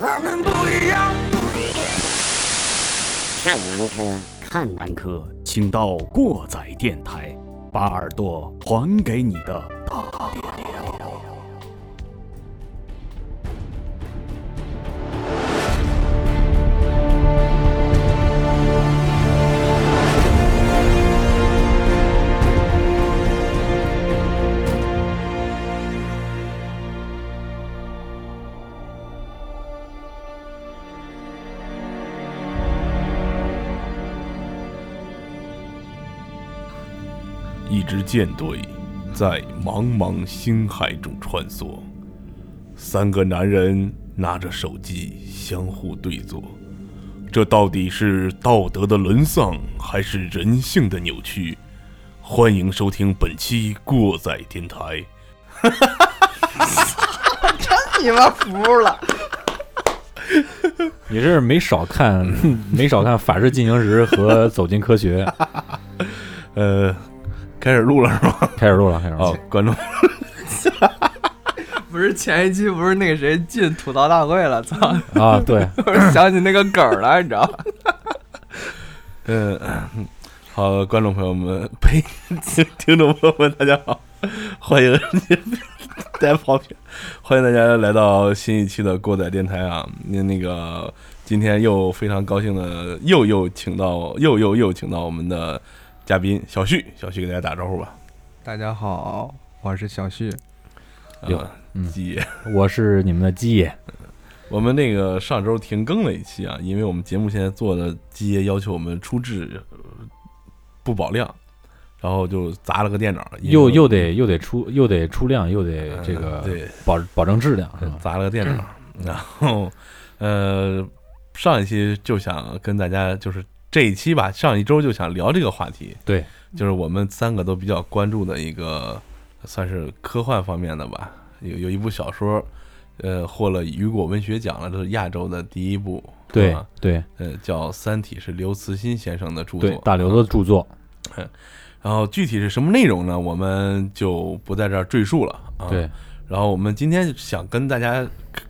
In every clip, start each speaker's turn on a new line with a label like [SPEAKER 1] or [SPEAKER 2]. [SPEAKER 1] 我们不一样。
[SPEAKER 2] 看完科，看完
[SPEAKER 3] 南科，请到过载电台，把耳朵还给你的大爹爹。
[SPEAKER 4] 一支舰队在茫茫星海中穿梭，三个男人拿着手机相互对坐，这到底是道德的沦丧，还是人性的扭曲？欢迎收听本期过载电台。
[SPEAKER 1] 你妈服了！
[SPEAKER 5] 你是没少看，没少看《法制进行时》和《走进科学》。
[SPEAKER 4] 呃，开始录了是吗？
[SPEAKER 5] 开始录了，开始录
[SPEAKER 4] 哦
[SPEAKER 5] 了。，
[SPEAKER 4] 观众，
[SPEAKER 6] 不是前一期不是那个谁进吐槽大会了，操！
[SPEAKER 4] 哦
[SPEAKER 5] 啊，对，
[SPEAKER 6] 我想起那个梗儿了，你知道吗？
[SPEAKER 4] 嗯、呃，好，观众朋友们，呃呸，听听众朋友们，大家好，呃欢迎大家跑偏，欢迎大家来到新一期的过载电台啊！那那个今天又非常高兴的又又请到又又又请到我们的嘉宾小旭，小旭给大家打招呼吧。
[SPEAKER 6] 大家好，我是小旭。
[SPEAKER 5] 哟
[SPEAKER 4] 啊
[SPEAKER 5] 嗯
[SPEAKER 4] 鸡爷，
[SPEAKER 5] 我是你们的鸡爷，
[SPEAKER 4] 我们那个上周停更了一期啊，因为我们节目现在做的基爷要求我们出质呃不保量，然后就砸了个电脑，因为
[SPEAKER 5] 又又得又得出又得出量，又得这
[SPEAKER 4] 嗯
[SPEAKER 5] 个
[SPEAKER 4] 对嗯
[SPEAKER 5] 保保证质量，啊是吧？
[SPEAKER 4] 砸了个电脑，
[SPEAKER 5] 嗯
[SPEAKER 4] 然后呃上一期就想跟大家就是这一期吧，上一周就想聊这个话题，
[SPEAKER 5] 对，
[SPEAKER 4] 就是我们三个都比较关注的一个算是科幻方面的吧，有有一部小说。呃，获了雨果文学奖了，这是亚洲的第一部。
[SPEAKER 5] 对
[SPEAKER 4] 是吧
[SPEAKER 5] 对
[SPEAKER 4] 呃，叫《三体》是刘慈欣先生的著作
[SPEAKER 5] 对，。大
[SPEAKER 4] 嗯
[SPEAKER 5] 刘的著作，
[SPEAKER 4] 然后具体是什么内容呢？我们就不在这儿赘述了啊。
[SPEAKER 5] 对。
[SPEAKER 4] 然后我们今天想跟大家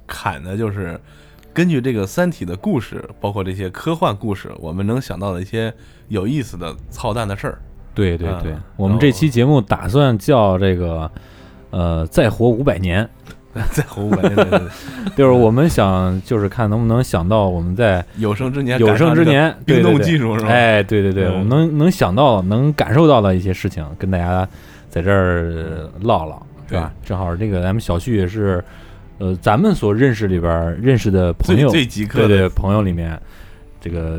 [SPEAKER 4] 侃的就是，根据这个《三体》的故事，包括这些科幻故事，我们能想到的一些有意思的操蛋的 事儿。
[SPEAKER 5] 对对对
[SPEAKER 4] 嗯，
[SPEAKER 5] 我们这期节目打算叫这个呃再活五百年，
[SPEAKER 4] 在活五百年的
[SPEAKER 5] 就是我们想就是看能不能想到我们在
[SPEAKER 4] 有生之年，
[SPEAKER 5] 有生之，年
[SPEAKER 4] 冰
[SPEAKER 5] 对对
[SPEAKER 4] 冻
[SPEAKER 5] 对
[SPEAKER 4] 技术是吧
[SPEAKER 5] 哎，对对对，
[SPEAKER 4] 嗯
[SPEAKER 5] 我们能能想到、能感受到的一些事情，跟大家在这儿唠唠，是吧？正好这个咱们小旭也是，呃，咱们所认识里边儿认识的朋
[SPEAKER 4] 最
[SPEAKER 5] 友，
[SPEAKER 4] 最极
[SPEAKER 5] 对
[SPEAKER 4] 客的。
[SPEAKER 5] 对朋友里面，这个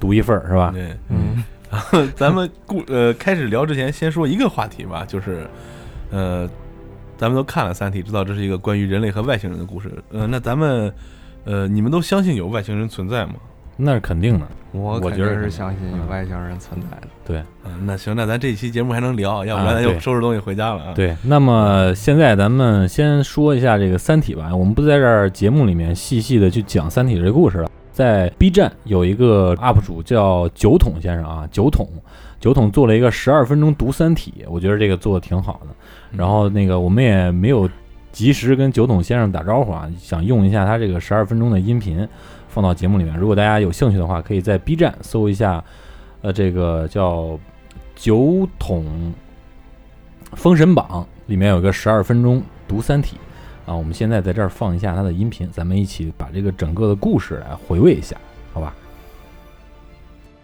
[SPEAKER 5] 独一份儿是吧？
[SPEAKER 4] 对，
[SPEAKER 6] 嗯，
[SPEAKER 4] 咱们故呃开始聊之前，先说一个话题吧，就是呃，咱们都看了《三体》，知道这是一个关于人类和外星人的故事。呃，那咱们呃，你们都相信有外星人存在吗？
[SPEAKER 5] 那是肯定的，
[SPEAKER 6] 我
[SPEAKER 5] 我
[SPEAKER 6] 肯
[SPEAKER 5] 觉
[SPEAKER 6] 定
[SPEAKER 5] 得
[SPEAKER 6] 是
[SPEAKER 5] 是
[SPEAKER 6] 相信有外星人存在的。
[SPEAKER 4] 嗯、那行，那咱这一期节目还能聊，要不然
[SPEAKER 5] 啊
[SPEAKER 4] 咱
[SPEAKER 5] 对
[SPEAKER 4] 就收拾东西回家了啊。，
[SPEAKER 5] 对。那么现在咱们先说一下这个《三体》吧，我们不在这儿节目里面细细的去讲《三体》这故事了。在 B 站有一个 UP 主叫酒桶先生啊，酒桶，酒桶做了一个十二分钟读《三体》，我觉得这个做的挺好的。然后那个我们也没有及时跟酒桶先生打招呼啊，想用一下他这个十二分钟的音频放到节目里面。如果大家有兴趣的话，可以在 B 站搜一下，呃，这个叫酒桶封神榜里面有个十二分钟读《三体》啊，我们现在在这儿放一下它的音频，咱们一起把这个整个的故事来回味一下，好吧？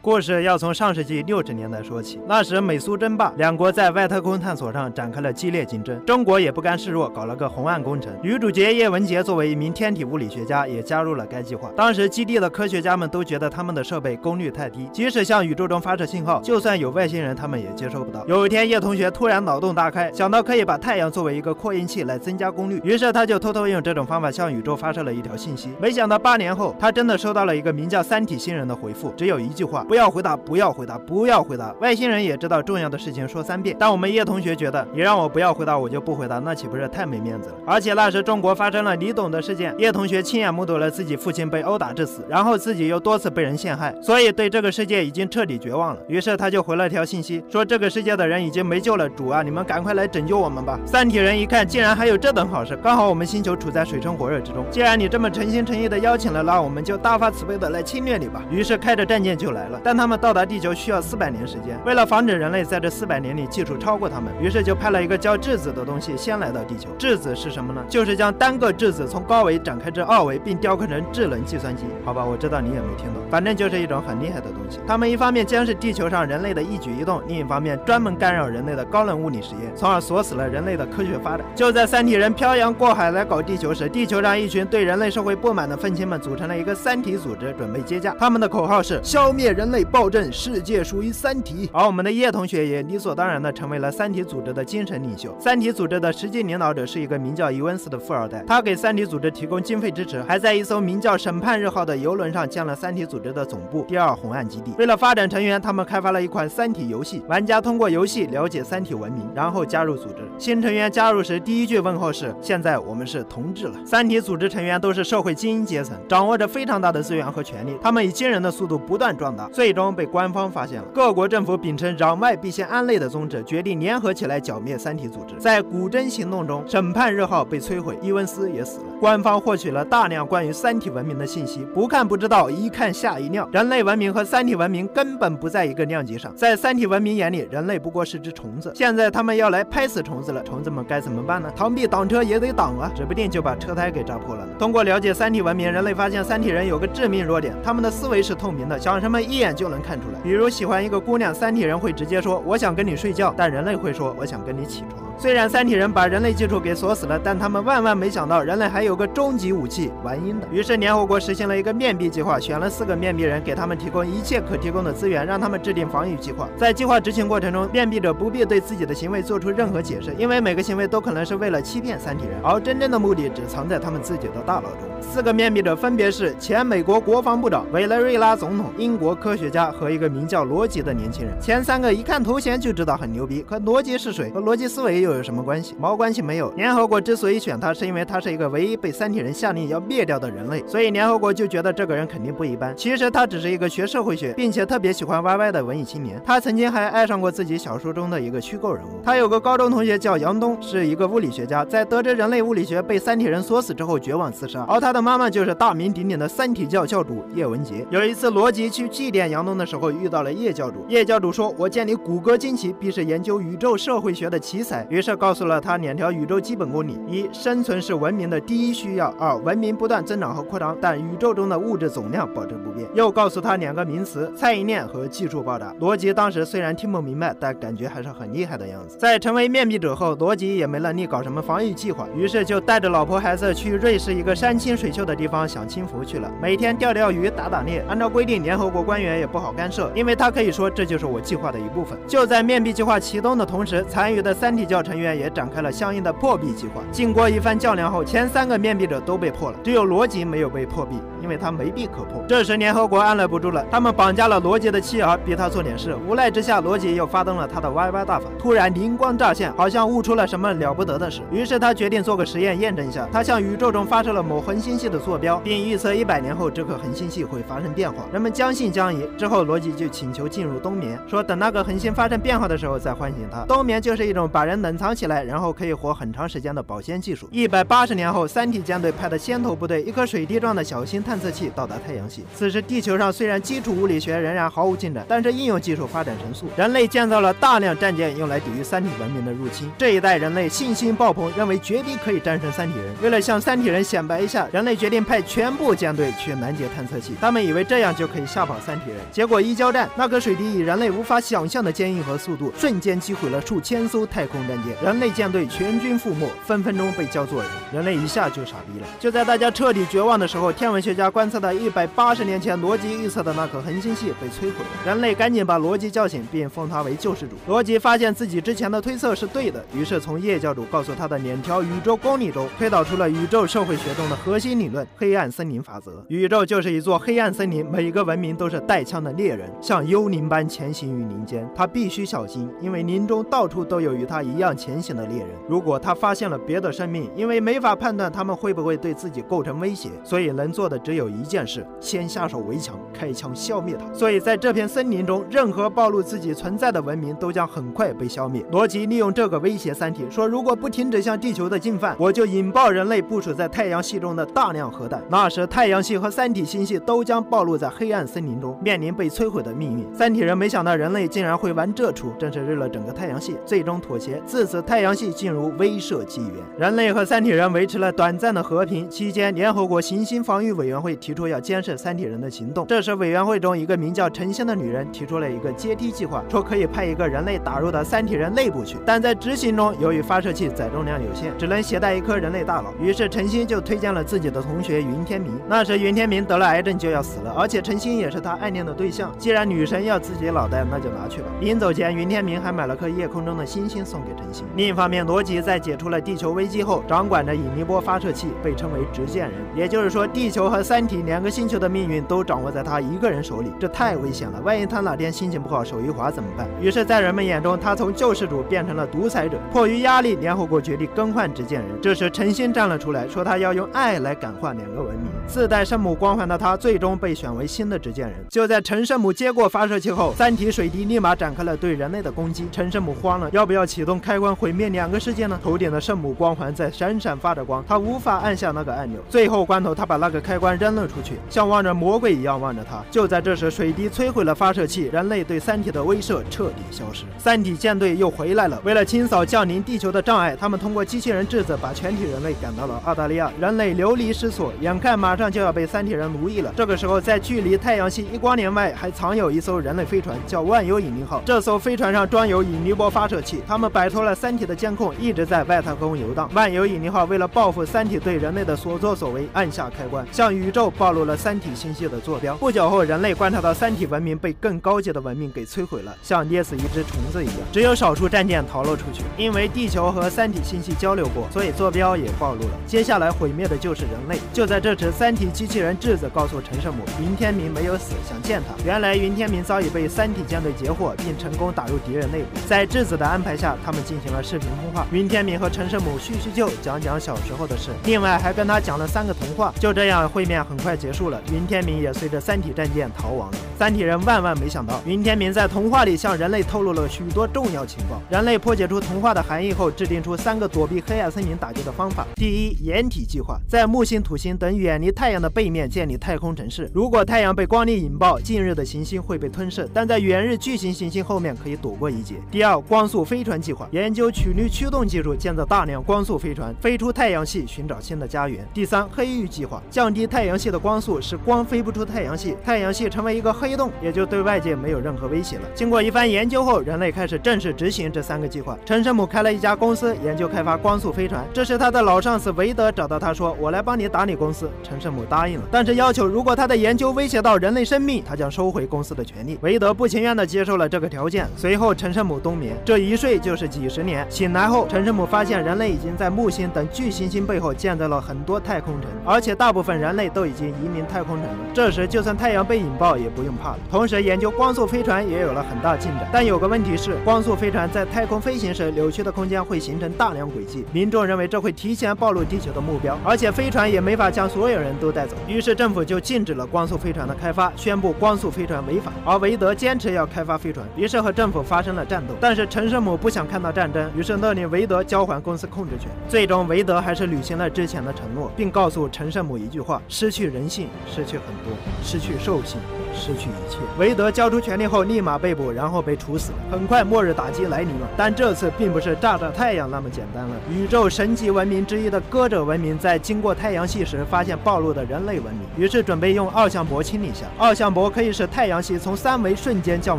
[SPEAKER 7] 故事要从上世纪六十年代说起，那时美苏争霸，两国在外太空探索上展开了激烈竞争。中国也不甘示弱，搞了个红岸工程。女主角叶文洁作为一名天体物理学家，也加入了该计划。当时基地的科学家们都觉得他们的设备功率太低，即使向宇宙中发射信号，就算有外星人，他们也接收不到。有一天，叶同学突然脑洞大开，想到可以把太阳作为一个扩音器来增加功率，于是他就偷偷用这种方法向宇宙发射了一条信息。没想到八年后，他真的收到了一个名叫“三体星人”的回复，只有一句话：“不要回答，不要回答，不要回答。外星人也知道重要的事情说三遍，但我们叶同学觉得你让我不要回答，我就不回答，那岂不是太没面子了？而且那时中国发生了你懂的事件，叶同学亲眼目睹了自己父亲被殴打致死，然后自己又多次被人陷害，所以对这个世界已经彻底绝望了。于是他就回了条信息，说这个世界的人已经没救了，主啊，你们赶快来拯救我们吧！三体人一看，竟然还有这等好事，刚好我们星球处在水深火热之中，既然你这么诚心诚意的邀请了，那我们就大发慈悲的来侵略你吧。于是开着战舰就来了，但他们到达地球需要四百年时间，为了防止人类在这四百年里技术超过他们，于是就派了一个叫质子的东西先来到地球。质子是什么呢？就是将单个质子从高维展开至二维，并雕刻成智能计算机。好吧，我知道你也没听懂，反正就是一种很厉害的东西。他们一方面监视地球上人类的一举一动，另一方面专门干扰人类的高能物理实验，从而锁死了人类的科学发展。就在三体人漂洋过海来搞地球时，地球上一群对人类社会不满的愤青们组成了一个三体组织，准备接驾。他们的口号是“消灭人类暴政，世界属于三体”。而我们的叶同学也理所当然地成为了三体组织的精神领袖。三体组织的实际领导者是一个名叫伊文斯的富二代，他给三体组织提供经费支持，还在一艘名叫“审判日号”的游轮上建了三体组织的总部——第二红岸基地。为了发展成员，他们开发了一款三体游戏，玩家通过游戏了解三体文明，然后加入组织。新成员加入时，第一句问候是：“现在我们是同志了。”三体组织成员都是社会精英阶层，掌握着非常大的资源和权力，他们以惊人的速度不断壮大，最终被官方发现了。各国政府秉承攘外必先安内的宗旨，决定联合起来剿灭三体组织。在古筝行动中，审判日号被摧毁，伊文斯也死了。官方获取了大量关于三体文明的信息，不看不知道，一看吓一跳。人类文明和三体文明根本不在一个量级上，在三体文明眼里，人类不过是只虫子。现在他们要来拍死虫子了，虫子们该怎么办呢？螳臂挡车也得挡啊，指不定就把车胎给扎破了呢。通过了解三体文明，人类发现三体人有个致命弱点，他们的思维是透明的，想什么一眼就能看出来。比如喜欢一个姑娘，三体人会直接说我想跟你睡觉，但人类会说我想跟你起床。虽然三体人把人类技术给锁死了，但他们万万没想到人类还有个终极武器——玩阴的。于是联合国实行了一个面壁计划，选了四个面壁人，给他们提供一切可提供的资源，让他们制定防御计划。在计划执行过程中，面壁者不必对自己的行为做出任何解释，因为每个行为都可能是为了欺骗三体人，而真正的目的只藏在他们自己的大脑中。四个面壁者分别是前美国国防部长、委内瑞拉总统、英国科学家和一个名叫罗辑的年轻人。前三个一看头衔就知道很牛逼，可罗辑是谁？和逻辑思维又有什么关系？毛关系没有。联合国之所以选他，是因为他是一个唯一被三体人下令要灭掉的人类，所以联合国就觉得这个人肯定不一般。其实他只是一个学社会学，并且特别喜欢 YY 的文艺青年。他曾经还爱上过自己小说中的一个虚构人物。他有个高中同学叫杨东，是一个物理学家，在得知人类物理学被三体人锁死之后绝望自杀，而他的妈妈就是大名鼎鼎的三体教教主叶文洁。有一次，罗辑去祭奠杨东的时候遇到了叶教主，叶教主说：“我见你骨骼惊奇，必是研究宇宙社会学的奇才。”于是告诉了他两条宇宙基本公理：一、生存是文明的第一需要；二、文明不断增长和扩张，但宇宙中的物质总量保证不变。又告诉他两个名词：餐饮链和技术爆炸。罗辑当时虽然听不明白，但感觉还是很厉害的样子。在成为面壁者后，罗辑也没能力搞什么防御计划，于是就带着老婆孩子去瑞士一个山清水秀的地方享清福去了，每呃天钓钓鱼、打打猎。按照规定，联合国官员也不好干涉，因为他可以说这就是我计划的一部分。就在面壁计划启动的同时，残余的三体教成员也展开了相应的破壁计划。经过一番较量后，前三个面壁者都被破了，只有罗辑没有被破壁，因为他没壁可破。这时联合国按捺不住了，他们绑架了罗杰的妻儿，逼他做点事。无奈之下，罗杰又发动了他的 YY 大法。突然灵光乍现，好像悟出了什么了不得的事，于是他决定做个实验验证一下。他向宇宙中发射了某恒星系的坐标，并预测一百年后这颗恒星系会发生变化。人们将信将疑。之后，罗杰就请求进入冬眠，说等那个恒星发生变化的时候再唤醒他。冬眠就是一种把人冷藏起来，然后可以活很长时间的保鲜技术。一百八十年后，三体舰队派的先头部队，一颗水滴状的小型探测器到达太阳系。此时，地球上虽然基础物理学仍然毫无进展，但是应用技术发展神速，人类建造了大量战舰用来抵御三体文明的入侵。这一代人类信心爆棚，认为绝逼可以战胜三体人。为了向三体人显摆一下，人类决定派全部舰队去拦截探测器。他们以为这样就可以吓跑三体人，结果一交战，那颗水滴以人类无法想象的坚硬和速度，瞬间击毁了数千艘太空战舰，人类舰队全军覆没，分分钟被叫做人。人类一下就傻逼了。就在大家彻底绝望的时候，天文学家观测到一百八十年前罗辑预测的那颗恒星系被摧毁了。人类赶紧把罗辑叫醒，并封他为救世主。罗辑发现自己之前的推测是对的，于是从叶教主告诉他的两条宇宙公理中推导出了宇宙社会学中的核心基理论、黑暗森林法则。宇宙就是一座黑暗森林，每一个文明都是带枪的猎人，像幽灵般前行于林间。他必须小心，因为林中到处都有与他一样前行的猎人。如果他发现了别的生命，因为没法判断他们会不会对自己构成威胁，所以能做的只有一件事：先下手为强，开枪消灭他。所以在这片森林中，任何暴露自己存在的文明都将很快被消灭。罗辑利用这个威胁三体，说如果不停止向地球的进犯，我就引爆人类部署在太阳系中的大量核弹。那时，太阳系和三体星系都将暴露在黑暗森林中，面临被摧毁的命运。三体人没想到人类竟然会玩这出，真是日了整个太阳系，最终妥协。自此，太阳系进入威慑纪元，人类和三体人维持了短暂的和平。期间，联合国行星防御委员会提出要监视三体人的行动。这时，委员会中一个名叫陈星的女人提出了一个阶梯计划，说可以派一个人类打入到三体人内部去，但在执行中，由于发射器载重量有限，只能携带一颗人类大脑。于是，陈星就推荐了自己的同学云天明。那时，云天明得了癌症就要死了，而且陈星也是他暗恋的对象。既然女神要自己脑袋，那就拿去吧。临走前，云天明还买了颗夜空中的星星送给陈星。另一方面，罗辑在解除了地球危机后，掌管着引力波发射器，被称为执剑人。也就是说，地球和三体两个星球的命运都掌握在他一个人手里，这太危险了。万一他哪天心情不好，手一滑怎么办？于是，在人们眼中，他从救世主变成了独裁者。迫于压力，联合国决定更换执剑人。这时，陈星站了出来，说他要用爱来感化两个文明。自带圣母光环的他，最终被选为新的执剑人。就在陈圣母接过发射器后，三体水滴立马展开了对人类的攻击。陈圣母慌了，要不要启动开关毁灭两个世界呢？头顶的圣母光环在闪闪发着光，他无法按下那个按钮。最后关头，他把那个开关扔了出去，像望着魔鬼一样望着他。就在这时，水滴摧毁了发射器，人类对三体的威慑彻底消失。三体舰队又回来了，为了清扫降临地球的障碍，他们通过机器人质子把全体人类赶到了澳大利亚。人类流离失所，眼看马上就要被三体人奴役了。这个时候，在距离太阳系一光年外，还藏有一艘人类飞船，叫万有引力号。这艘飞船上装有引力波发射器，他们摆脱了三体的监控，一直在外太空游荡。万有引力号为了报复三体对人类的所作所为，按下开关，向宇宙暴露了三体星系的坐标。不久后，人类观察到三体文明被更高级的文明给摧毁了，像捏死一只虫子一样。只有少数战舰逃了出去，因为地球和三体星系交流过，所以坐标也暴露了。接下来毁灭的就是人类。就在这时，三体机器人质子告诉陈圣母，云天明没有死，想见他。原来云天明早已被三体舰队截获，并成功打入敌人内部。在质子的安排下，他们进行了视频通话。云天明和陈圣母叙叙旧，讲讲小时候的事，另外还跟他讲了三个童话。就这样，会面很快结束了。云天明也随着三体战舰逃亡了。三体人万万没想到，云天明在童话里向人类透露了许多重要情报。人类破解出童话的含义后，制定出三个躲避黑暗森林打击的方法。第一，掩体计划，在木星、土星等远离太阳的背面建立太空城市。如果太阳被光力引爆，近日的行星会被吞噬，但在远日巨型行星后面可以躲过一劫。第二，光速飞船计划，研究曲率驱动技术，建造大量光速飞船，飞出太阳系，寻找新的家园。第三，黑域计划，降低太阳系的光速，使光飞不出太阳系，太阳系成为一个黑洞，也就对外界没有任何威胁了。经过一番研究后，人类开始正式执行这三个计划。陈圣母开了一家公司，研究开发光速飞船。这时，他的老上司韦德找到他说：“我来帮你打理公司。”陈圣母答应了，但是要求如果他的研究威胁到人类生命，他将收回公司的权利。韦德不情愿地接受了这个条件。随后，陈圣母冬眠，这一睡就是几十年。醒来后，陈圣母发现人类已经在木星等巨行星背后建造了很多太空城，而且大部分人类都已经移民太空城了。这时，就算太阳被引爆，也不用怕了。同时，研究光速飞船也有了很大进展，但有个问题是，光速飞船在太空飞行时，扭曲的空间会形成大量轨迹。民众认为这会提前暴露地球的目标，而且飞船也没法将所有人都带走。于是，政府就禁止了光速飞船的开发，宣布光速飞船违法。而韦德坚持要开发飞船，于是和政府发生了战斗。但是陈圣母不想看到战争，于是勒令韦德交还公司控制权。最终，韦德还是履行了之前的承诺，并告诉陈圣母一句话：失去人性，失去很多，失去兽性，失去一切。韦德交出权力后，立马被捕，然后被处死了。很快，末日打击来临了，但这次并不是炸炸太阳那么简单了。宇宙神级文明之一的歌者文明，在经过太阳系时，发现暴露的人类文明，于是准备用二向箔清理下。二向箔可以使太阳系从三维瞬间降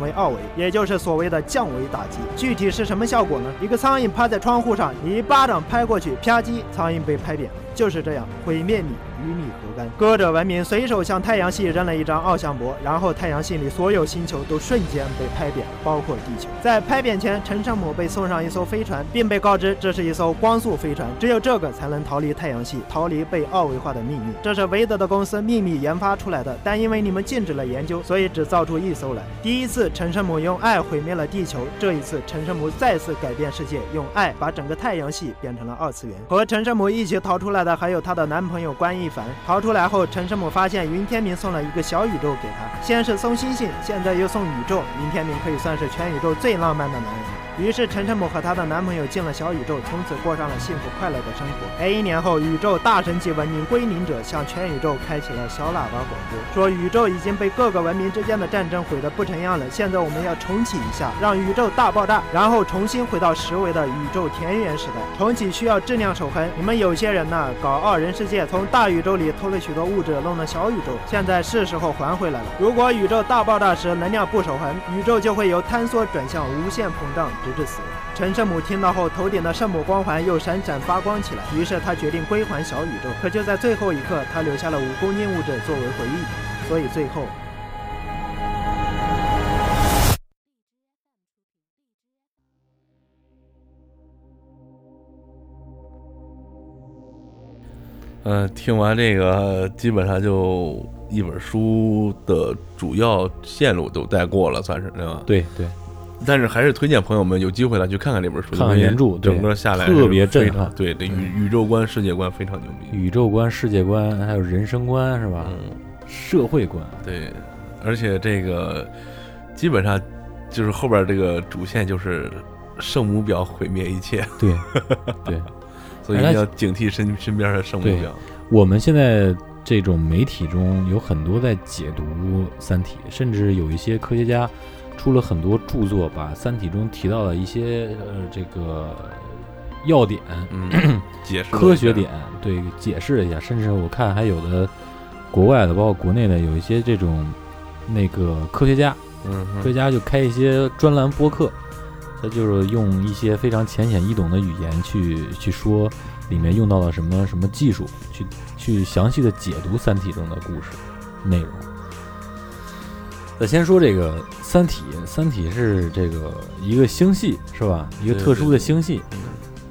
[SPEAKER 7] 为二维，也就是所谓的降维打击。具体是什么效果呢？一个苍蝇趴在窗户上，你一巴掌拍过去，啪叽，苍蝇被拍扁了。就是这样，毁灭你。与你何干？歌者文明随手向太阳系扔了一张奥象箔，然后太阳系里所有星球都瞬间被拍扁了，包括地球。在拍扁前，陈圣母被送上一艘飞船，并被告知这是一艘光速飞船，只有这个才能逃离太阳系，逃离被奥维化的秘密。这是维德的公司秘密研发出来的，但因为你们禁止了研究，所以只造出一艘来。第一次，陈圣母用爱毁灭了地球，这一次陈圣母再次改变世界，用爱把整个太阳系变成了二次元。和陈圣母一起逃出来的还有她的男朋友关一凡。逃出来后，陈圣母发现云天明送了一个小宇宙给她，先是送星星，现在又送宇宙。云天明可以算是全宇宙最浪漫的男人。于是陈圣母和她的男朋友进了小宇宙，从此过上了幸福快乐的生活。一年后，宇宙大神级文明归零者向全宇宙开启了小喇叭广播，说宇宙已经被各个文明之间的战争毁得不成样了，现在我们要重启一下，让宇宙大爆炸，然后重新回到十维的宇宙田园时代。重启需要质量守恒，你们有些人呢搞二人世界，从大宇宙里偷了许多物质弄了小宇宙，现在是时候还回来了。如果宇宙大爆炸时能量不守恒，宇宙就会由坍缩转向无限膨胀，直至死亡。陈圣母听到后，头顶的圣母光环又闪闪发光起来，于是她决定归还小宇宙。可就在最后一刻，她留下了五公斤物质作为回忆，所以最后
[SPEAKER 4] 嗯，听完这个，基本上就一本书的主要线路都带过了，算是对吧？。
[SPEAKER 5] 对对，
[SPEAKER 4] 但是还是推荐朋友们有机会呢去看看这本书，
[SPEAKER 5] 看看原著对
[SPEAKER 4] 整个下来
[SPEAKER 5] 特别
[SPEAKER 4] 非
[SPEAKER 5] 震
[SPEAKER 4] 常
[SPEAKER 5] 撼嗯
[SPEAKER 4] 对，这宇宇宙观、世界观非常牛逼。
[SPEAKER 5] 宇宙观、世界观，还有人生观是吧？
[SPEAKER 4] 嗯，
[SPEAKER 5] 社会观，
[SPEAKER 4] 对，而且这个基本上就是后边这个主线就是圣母婊毁灭一切，
[SPEAKER 5] 对对，哎
[SPEAKER 4] 所以一定要警惕身身边的圣母婊
[SPEAKER 5] 对。我们现在这种媒体中有很多在解读《三体》，甚至有一些科学家出了很多著作，把《三体》中提到的一些呃这个要点、
[SPEAKER 4] 嗯，解释了一下
[SPEAKER 5] 科学点，对解释了一下。甚至我看还有的国外的，包括国内的，有一些这种那个科学家，
[SPEAKER 4] 嗯
[SPEAKER 5] 科
[SPEAKER 4] 哼，
[SPEAKER 5] 学家就开一些专栏播客，他就是用一些非常浅显易懂的语言去去说里面用到了什么什么技术，去去详细的解读《三体》中的故事内容。咱先说这个《三体》，《三体》是这个一个星系是吧？一个
[SPEAKER 4] 对
[SPEAKER 5] 特殊
[SPEAKER 4] 对嗯
[SPEAKER 5] 的星系，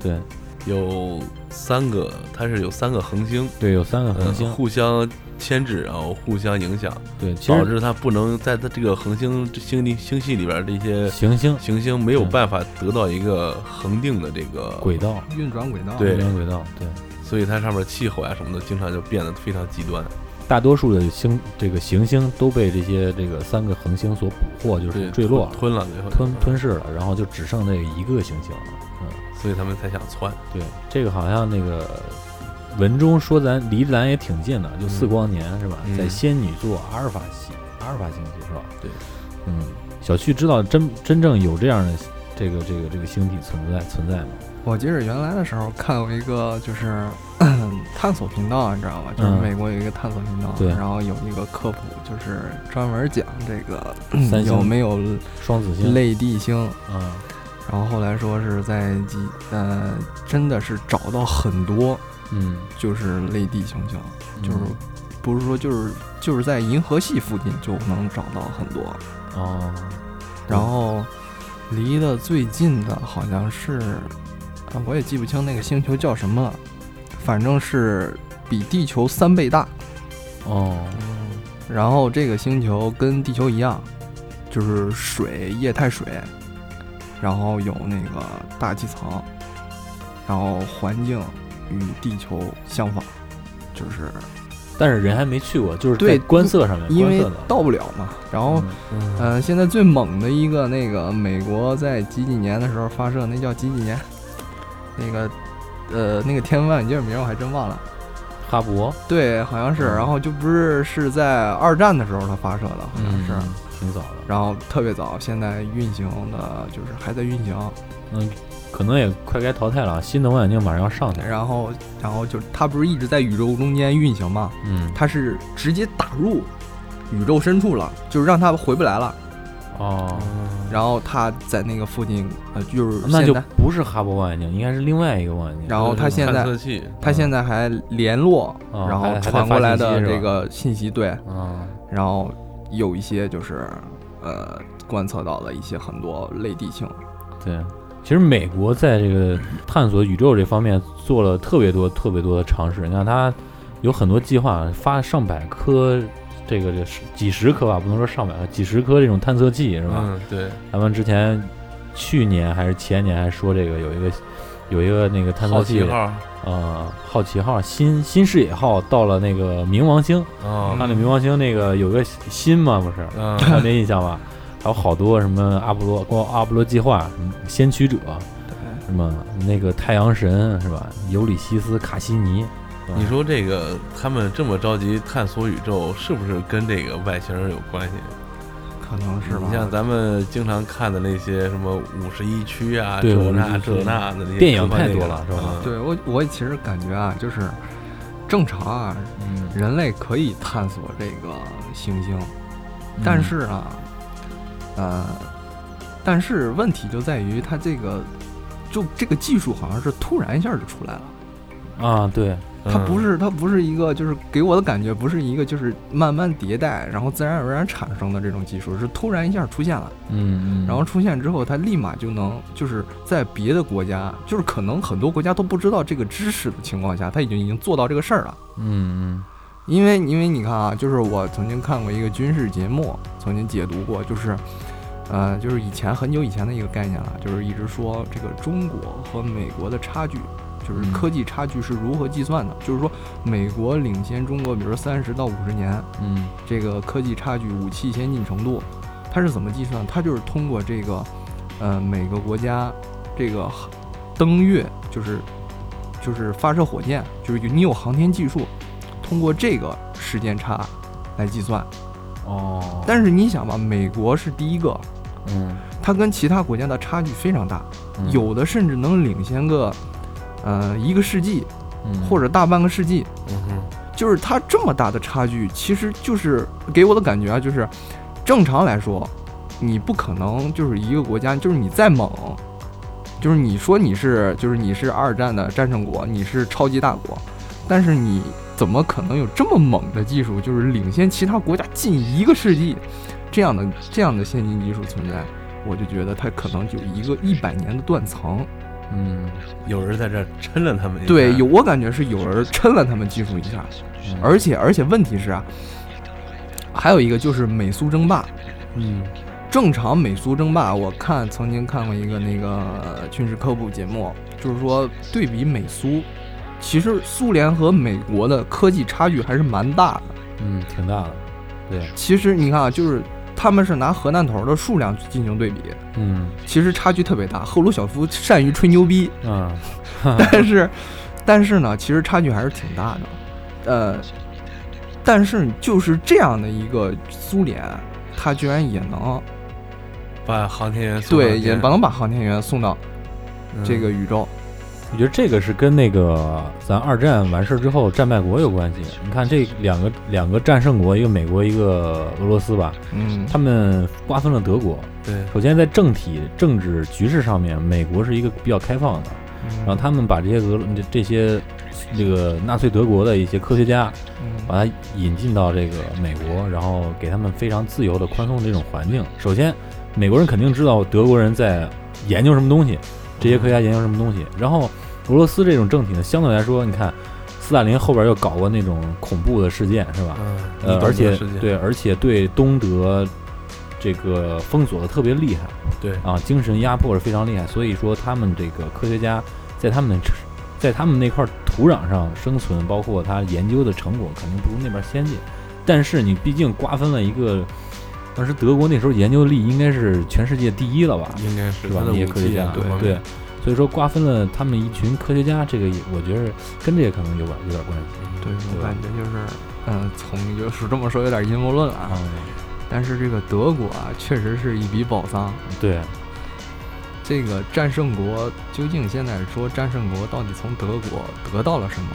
[SPEAKER 5] 对
[SPEAKER 4] 有三个，它是有三个恒星，
[SPEAKER 5] 对，有三个恒星
[SPEAKER 4] 嗯，互相牵制，然后互相影响，
[SPEAKER 5] 对，其
[SPEAKER 4] 导
[SPEAKER 5] 实
[SPEAKER 4] 致它不能在它这个恒星星里星系里边这些
[SPEAKER 5] 行星
[SPEAKER 4] 行星没有
[SPEAKER 5] 嗯
[SPEAKER 4] 办法得到一个恒定的这个
[SPEAKER 5] 轨，道，
[SPEAKER 6] 运转轨道，
[SPEAKER 4] 对
[SPEAKER 5] 中间轨道，对。
[SPEAKER 4] 所以它上面气候啊什么的经常就变得非常极端。
[SPEAKER 5] 大多数的星，这个行星都被这些这个三个恒星所捕获，就是
[SPEAKER 4] 对，
[SPEAKER 5] 坠落了。
[SPEAKER 4] 吞了，最后
[SPEAKER 5] 吞
[SPEAKER 4] 嗯
[SPEAKER 5] 吞噬了，然后就只剩那一个行星了。嗯，
[SPEAKER 4] 所以他们才想窜。
[SPEAKER 5] 对，这个好像那个文中说咱离咱也挺近的，就四光年、是吧？
[SPEAKER 4] 嗯
[SPEAKER 5] 在仙女座阿尔法系阿尔法星系是吧？
[SPEAKER 4] 对，
[SPEAKER 5] 嗯，小旭知道真真正有这样的这个这个这个星体存在存在吗？
[SPEAKER 6] 我记得原来的时候看过一个就是 咳探索频道，你知道吗？就是
[SPEAKER 5] 嗯
[SPEAKER 6] 美国有一个探索频道，
[SPEAKER 5] 对
[SPEAKER 6] 然后有一个科普，就是专门讲这个
[SPEAKER 5] 三
[SPEAKER 6] 咳有
[SPEAKER 5] 星
[SPEAKER 6] 没有
[SPEAKER 5] 双子星
[SPEAKER 6] 类地星。
[SPEAKER 5] 啊，
[SPEAKER 6] 然后后来说是在几呃，真的是找到很多
[SPEAKER 5] 嗯，
[SPEAKER 6] 就是类地星球，
[SPEAKER 5] 嗯
[SPEAKER 6] 就是不是说就是就是在银河系附近就能找到很多，
[SPEAKER 5] 哦，
[SPEAKER 6] 然后离得最近的好像是，啊，我也记不清那个星球叫什么了，反正是比地球三倍大。
[SPEAKER 5] 哦，
[SPEAKER 6] 然后这个星球跟地球一样，就是水液态水，然后有那个大气层，然后环境与地球相仿，就是
[SPEAKER 5] 但是人还没去过，就是在
[SPEAKER 6] 对
[SPEAKER 5] 观测上面，
[SPEAKER 6] 因为
[SPEAKER 5] 观测到
[SPEAKER 6] 到不了嘛。然后
[SPEAKER 5] 嗯，
[SPEAKER 6] 呃，现在最猛的一个那个美国在几几年的时候发射，那叫几几年？那个呃，那个天文望远镜名我还真忘了。
[SPEAKER 5] 哈勃，
[SPEAKER 6] 对，好像是。
[SPEAKER 5] 嗯
[SPEAKER 6] 然后就不是是在二战的时候它发射的，好像是。
[SPEAKER 5] 嗯挺早的。
[SPEAKER 6] 然后特别早，现在运行的就是还在运行。
[SPEAKER 5] 嗯，可能也快该淘汰了，新的望远镜马上要上去了。
[SPEAKER 6] 然后，然后就是它不是一直在宇宙中间运行吗？
[SPEAKER 5] 嗯，
[SPEAKER 6] 它是直接打入宇宙深处了，就是让它回不来了。
[SPEAKER 5] 哦，
[SPEAKER 6] 然后他在那个附近，呃，就是
[SPEAKER 5] 那
[SPEAKER 6] 嗯现
[SPEAKER 5] 就
[SPEAKER 6] 在，
[SPEAKER 5] 不是哈勃望远镜，应该是另外一个望远镜。
[SPEAKER 6] 然后他现
[SPEAKER 4] 探
[SPEAKER 6] 在
[SPEAKER 4] 测器，
[SPEAKER 6] 他现在还联络，
[SPEAKER 5] 哦
[SPEAKER 6] 然
[SPEAKER 5] 还
[SPEAKER 6] 后
[SPEAKER 5] 还在
[SPEAKER 6] 传
[SPEAKER 5] 发
[SPEAKER 6] 过来
[SPEAKER 5] 信息
[SPEAKER 6] 的
[SPEAKER 5] 是吧
[SPEAKER 6] 这个信息，对，
[SPEAKER 5] 啊，
[SPEAKER 6] 然后有一些就是呃观测到了一些很多类地性，
[SPEAKER 5] 对，其实美国在这个探索宇宙这方面做了特别多、特别多的尝试。你看，它有很多计划，发上百颗这个这是几十颗吧，不能说上百颗，几十颗这种探测器是吧？
[SPEAKER 4] 嗯，对，
[SPEAKER 5] 咱们之前去年还是前年还说这个有一个有一个那个探测
[SPEAKER 4] 好
[SPEAKER 5] 器
[SPEAKER 4] 奇号，
[SPEAKER 5] 呃，好奇号新新视野号到了那个冥王星，
[SPEAKER 4] 啊
[SPEAKER 5] 看那冥王星那个有个新嘛，不 是？
[SPEAKER 4] 嗯，
[SPEAKER 5] 还有 那印象吧？还有好多什么阿波罗光阿波罗计划，什么先驱者，什么那个太阳神是吧？尤里西斯卡西尼，是吧
[SPEAKER 4] 你说这个他们这么着急探索宇宙，是不是跟这个外星人有关系？
[SPEAKER 6] 可能是吧
[SPEAKER 4] 你？像咱们经常看的那些什么五十一区啊，
[SPEAKER 5] 对
[SPEAKER 4] 这那
[SPEAKER 5] 51区
[SPEAKER 4] 这那的那些
[SPEAKER 5] 电影
[SPEAKER 4] 科幻
[SPEAKER 5] 太多
[SPEAKER 4] 电
[SPEAKER 5] 了
[SPEAKER 4] 影
[SPEAKER 5] 是吧
[SPEAKER 4] 嗯
[SPEAKER 6] 对我我其实感觉啊，就是正常啊，
[SPEAKER 5] 嗯，
[SPEAKER 6] 人类可以探索这个行星，
[SPEAKER 5] 嗯
[SPEAKER 6] 但是啊，呃，但是问题就在于它这个，就这个技术好像是突然一下就出来了。
[SPEAKER 5] 啊，对，
[SPEAKER 6] 它
[SPEAKER 4] 嗯
[SPEAKER 6] 不是，它不是一个，就是给我的感觉不是一个，就是慢慢迭代，然后自然而然产生的这种技术，是突然一下出现了，
[SPEAKER 5] 嗯嗯，
[SPEAKER 6] 然后出现之后，它立马就能，就是在别的国家，就是可能很多国家都不知道这个知识的情况下，它已经已经做到这个事儿了。
[SPEAKER 5] 嗯
[SPEAKER 6] 因为因为你看啊，就是我曾经看过一个军事节目，曾经解读过，就是，呃，就是以前很久以前的一个概念了，就是一直说这个中国和美国的差距，就是
[SPEAKER 5] 嗯
[SPEAKER 6] 科技差距是如何计算的，就是说美国领先中国，比如说三十到五十年，
[SPEAKER 5] 嗯嗯
[SPEAKER 6] 这个科技差距、武器先进程度，它是怎么计算？它就是通过这个，呃，每个国家这个登月，就是就是发射火箭，就是你有航天技术，通过这个时间差来计算。
[SPEAKER 5] 哦，
[SPEAKER 6] 但是你想吧，美国是第一个，
[SPEAKER 5] 嗯
[SPEAKER 6] 它跟其他国家的差距非常大，
[SPEAKER 5] 嗯
[SPEAKER 6] 有的甚至能领先个，呃，一个世纪
[SPEAKER 5] 嗯
[SPEAKER 6] 或者大半个世纪。
[SPEAKER 4] 嗯哼
[SPEAKER 6] 就是它这么大的差距，其实就是给我的感觉啊，就是正常来说，你不可能就是一个国家，就是你再猛，就是你说你是就是你是二战的战胜国，你是超级大国，但是你怎么可能有这么猛的技术，就是领先其他国家近一个世纪这样的 这样的先进技术存在？我就觉得它可能有一个一百年的断层，
[SPEAKER 5] 嗯
[SPEAKER 4] 有人在这儿抻了他们一下，
[SPEAKER 6] 对，有我感觉是有人抻了他们技术一下，
[SPEAKER 5] 嗯
[SPEAKER 6] 而且而且问题是啊，还有一个就是美苏争霸。
[SPEAKER 5] 嗯
[SPEAKER 6] 正常美苏争霸，我看曾经看过一个那个呃军事科普节目，就是说对比美苏，其实苏联和美国的科技差距还是蛮大的。
[SPEAKER 5] 嗯挺大的，对，
[SPEAKER 6] 其实你看啊，就是他们是拿核弹头的数量进行对比，
[SPEAKER 5] 嗯
[SPEAKER 6] 其实差距特别大。赫鲁晓夫善于吹牛逼，
[SPEAKER 5] 啊
[SPEAKER 6] 但是，但是呢，其实差距还是挺大的。呃，但是就是这样的一个苏联，它居然也能
[SPEAKER 4] 把航天员送上
[SPEAKER 6] 对也
[SPEAKER 4] 天
[SPEAKER 6] 能把航天员送到
[SPEAKER 4] 嗯
[SPEAKER 6] 这个宇宙。
[SPEAKER 5] 我觉得这个是跟那个咱二战完事儿之后战败国有关系。你看这两个两个战胜国，一个美国，一个俄罗斯吧，
[SPEAKER 6] 嗯
[SPEAKER 5] 他们瓜分了德国。
[SPEAKER 4] 对
[SPEAKER 5] 首先在政体政治局势上面，美国是一个比较开放的，
[SPEAKER 6] 嗯
[SPEAKER 5] 然后他们把这些俄这这些这个纳粹德国的一些科学家，
[SPEAKER 6] 嗯
[SPEAKER 5] 把它引进到这个美国，然后给他们非常自由的、宽松的这种环境。首先，美国人肯定知道德国人在研究什么东西，这些科学家研究什么东西。然后，俄罗斯这种政体呢，相对来说，你看，斯大林后边又搞过那种恐怖的事件，是吧？
[SPEAKER 4] 嗯，
[SPEAKER 5] 呃，
[SPEAKER 4] 你
[SPEAKER 5] 而
[SPEAKER 4] 懂得
[SPEAKER 5] 且
[SPEAKER 4] 世界
[SPEAKER 5] 对，而且对东德这个封锁的特别厉害，
[SPEAKER 4] 对
[SPEAKER 5] 啊，精神压迫是非常厉害。所以说，他们这个科学家在他们的城在他们那块土壤上生存，包括他研究的成果，肯定不如那边先进。但是你毕竟瓜分了一个，当时德国那时候研究力应该是全世界第一了吧？
[SPEAKER 4] 应该是
[SPEAKER 5] 是吧
[SPEAKER 4] 他的
[SPEAKER 5] 你也
[SPEAKER 4] 武
[SPEAKER 5] 可以
[SPEAKER 4] 器
[SPEAKER 5] 这
[SPEAKER 4] 啊
[SPEAKER 5] 样，
[SPEAKER 4] 各方
[SPEAKER 5] 对
[SPEAKER 4] 面，
[SPEAKER 5] 所以说瓜分了他们一群科学家，这个也我觉得跟这个可能有点有点关系
[SPEAKER 6] 对我感觉就是，嗯，从就是这么说有点阴谋论了
[SPEAKER 5] 啊
[SPEAKER 6] 啊。。但是这个德国啊，确实是一笔宝藏。
[SPEAKER 5] 嗯对，
[SPEAKER 6] 这个战胜国究竟现在说战胜国到底从德国得到了什么？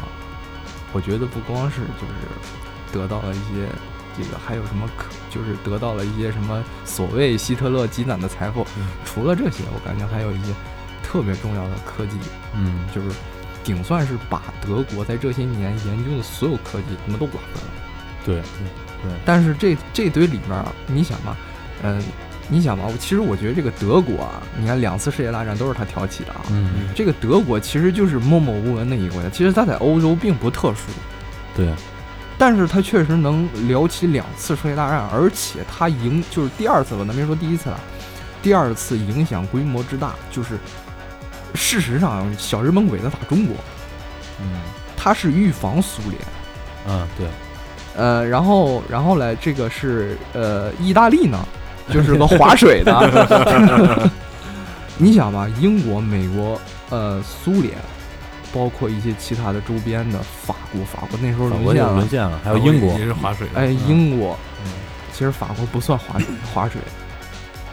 [SPEAKER 6] 我觉得不光是就是得到了一些这个还有什么可，就是得到了一些什么所谓希特勒积攒的财富。除了这些，我感觉还有一些特别重要的科技，
[SPEAKER 5] 嗯，
[SPEAKER 6] 就是顶算是把德国在这些年研究的所有科技他们都管回来了。
[SPEAKER 5] 对，
[SPEAKER 6] 但是这这堆里面，你想吧，嗯、你想吧，我其实我觉得这个德国啊，你看两次世界大战都是他挑起的啊。
[SPEAKER 5] 嗯，
[SPEAKER 6] 这个德国其实就是默默无闻的一个国家，其实它在欧洲并不特殊，
[SPEAKER 5] 对，
[SPEAKER 6] 但是它确实能聊起两次世界大战，而且它影就是第二次吧，咱别说第一次了，第二次影响规模之大，就是事实上小日本鬼子打中国，
[SPEAKER 5] 嗯，
[SPEAKER 6] 它是预防苏联，
[SPEAKER 5] 啊，对，
[SPEAKER 6] 呃，然后然后嘞，这个是呃意大利呢，就是个划水 的。你想吧，英国、美国、呃苏联，包括一些其他的周边的法国，法国那时候
[SPEAKER 5] 法
[SPEAKER 6] 沦
[SPEAKER 5] 国
[SPEAKER 6] 陷
[SPEAKER 5] 就沦
[SPEAKER 6] 了，
[SPEAKER 5] 陷了，还有英
[SPEAKER 4] 也，
[SPEAKER 5] 国
[SPEAKER 4] 是划水的，
[SPEAKER 6] 哎，
[SPEAKER 4] 嗯
[SPEAKER 6] 英国
[SPEAKER 5] 嗯，
[SPEAKER 6] 其实法国不算划水，划水，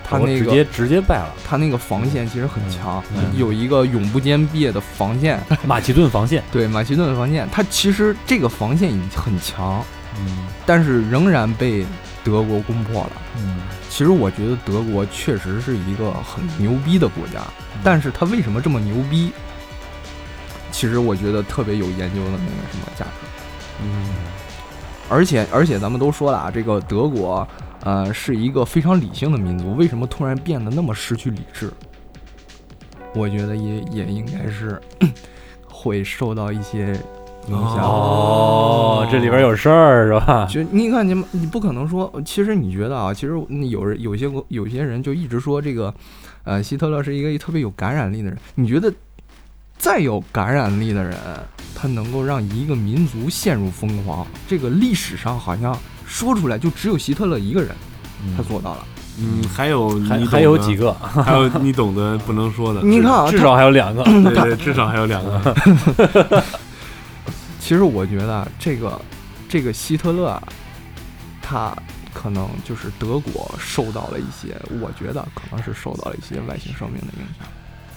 [SPEAKER 6] 他
[SPEAKER 5] 法国
[SPEAKER 6] 那
[SPEAKER 5] 直
[SPEAKER 6] 个
[SPEAKER 5] 接直接败了，
[SPEAKER 6] 他那个防线其实很强，
[SPEAKER 5] 嗯
[SPEAKER 6] 有一个永不间毕的防 线，
[SPEAKER 5] 马其顿防线，
[SPEAKER 6] 对马其顿的防线，它其实这个防线已经很强，
[SPEAKER 5] 嗯
[SPEAKER 6] 但是仍然被德国攻破了。
[SPEAKER 5] 嗯，
[SPEAKER 6] 其实我觉得德国确实是一个很牛逼的国家，但是它为什么这么牛逼？其实我觉得特别有研究的那个什么价值。而且而且咱们都说了啊，这个德国，呃，是一个非常理性的民族，为什么突然变得那么失去理智？我觉得也也应该是会受到一些影响。
[SPEAKER 5] 哦，这里边有事儿是吧？
[SPEAKER 6] 就你看你们，你不可能说，其实你觉得啊，其实嗯有人有些国有些人就一直说这个，呃，希特勒是一个特别有感染力的人。你觉得再有感染力的人，他能够让一个民族陷入疯狂，这个历史上好像说出来就只有希特勒一个人，
[SPEAKER 5] 嗯
[SPEAKER 6] 他做到了。
[SPEAKER 4] 嗯，还有你
[SPEAKER 5] 还
[SPEAKER 4] 懂
[SPEAKER 5] 还有
[SPEAKER 4] 的
[SPEAKER 5] 几，个，
[SPEAKER 4] 还有你懂的不能说的，
[SPEAKER 6] 你看啊，
[SPEAKER 5] 呃至
[SPEAKER 6] 他
[SPEAKER 5] 少还有两个，
[SPEAKER 4] 对对，至少还有两个，
[SPEAKER 6] 其实我觉得啊这个这个希特勒啊，他可能就是德国受到了一些，我觉得可能是受到了一些外星生命的影响。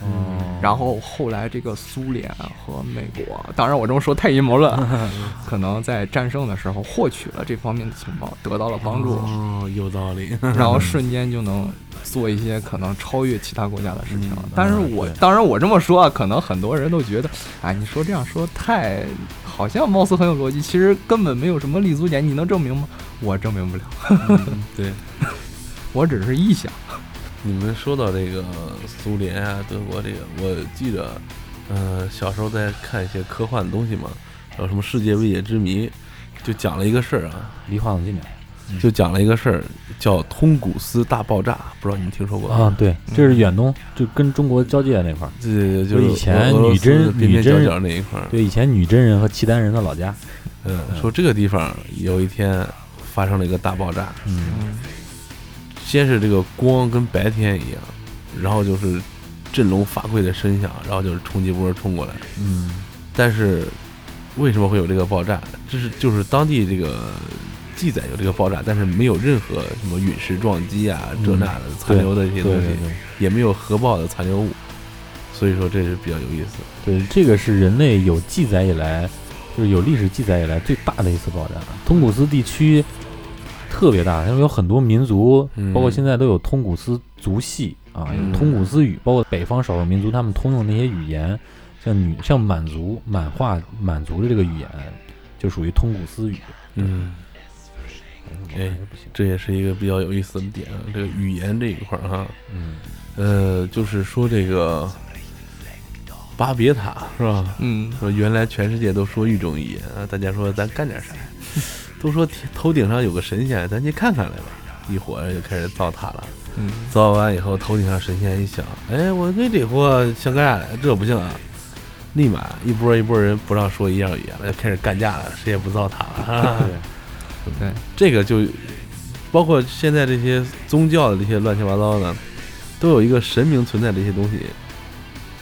[SPEAKER 5] 嗯
[SPEAKER 6] 然后后来这个苏联和美国，当然我这么说太阴谋论了，可能在战胜的时候获取了这方面的情报，得到了帮助，
[SPEAKER 4] 哦，有道 理，
[SPEAKER 6] 然后瞬间就能做一些可能超越其他国家的事情了
[SPEAKER 4] 嗯。
[SPEAKER 6] 但是我
[SPEAKER 5] 对
[SPEAKER 6] 当然我这么说啊，可能很多人都觉得，哎，你说这样说太好像貌似很有逻辑，其实根本没有什么立足点，你能证明吗？我证明不了，
[SPEAKER 4] 嗯对。
[SPEAKER 6] 我只是臆想。
[SPEAKER 4] 你们说到这个苏联啊、德国这个，我记着，呃，小时候在看一些科幻的东西嘛，还有什么《世界未解之谜》，就讲了一个事儿啊，
[SPEAKER 5] 离话筒近点
[SPEAKER 4] 就讲了一个事儿，叫通古斯大爆炸，不知道你们听说过
[SPEAKER 5] 啊，？对，这是远东，就跟中国交界那块儿，
[SPEAKER 4] 这就
[SPEAKER 5] 就是以前
[SPEAKER 4] 俄罗
[SPEAKER 5] 女
[SPEAKER 4] 斯
[SPEAKER 5] 真
[SPEAKER 4] 边边
[SPEAKER 5] 女真
[SPEAKER 4] 角角那一块儿，
[SPEAKER 5] 对，以前女真人和契丹人的老家，
[SPEAKER 4] 嗯，说这个地方有一天发生了一个大爆炸，
[SPEAKER 5] 嗯
[SPEAKER 4] 先是这个光跟白天一样，然后就是振聋发聩的声响，然后就是冲击波冲过来。
[SPEAKER 5] 嗯
[SPEAKER 4] 但是为什么会有这个爆炸？这是就是当地这个记载有这个爆炸，但是没有任何什么陨石撞击啊、
[SPEAKER 5] 嗯
[SPEAKER 4] 这那的残留的一些东
[SPEAKER 5] 对对
[SPEAKER 4] 西，
[SPEAKER 5] 对
[SPEAKER 4] 也没有核爆的残留物，所以说这是比较有意思。
[SPEAKER 5] 对，这个是人类有记载以来，就是有历史记载以来最大的一次爆炸。通古斯地区特别大，因为有很多民族，
[SPEAKER 4] 嗯
[SPEAKER 5] 包括现在都有通古斯族系啊，
[SPEAKER 6] 嗯
[SPEAKER 5] 有通古斯语，包括北方少数民族他们通用那些语言，像女像满族、满话、满族的这个语言，就属于通古斯语。
[SPEAKER 4] 嗯，哎
[SPEAKER 5] 不行，
[SPEAKER 4] 这也是一个比较有意思的点，啊这个语言这一块儿哈，
[SPEAKER 5] 嗯，
[SPEAKER 4] 呃，就是说这个巴别塔是吧？
[SPEAKER 6] 嗯，
[SPEAKER 4] 说原来全世界都说一种语言啊，大家说咱干点啥？都说天头顶上有个神仙，咱去看看来吧。一伙人就开始造塔了。
[SPEAKER 6] 嗯，
[SPEAKER 4] 造完以后，头顶上神仙一想，哎，我跟这货想干啥来？这不行啊！立马一波一波人不让说一样语言了，就开始干架了，谁也不造塔了。 啊、
[SPEAKER 6] 对，
[SPEAKER 4] 这个就包括现在这些宗教的这些乱七八糟的，都有一个神明存在的一些东西，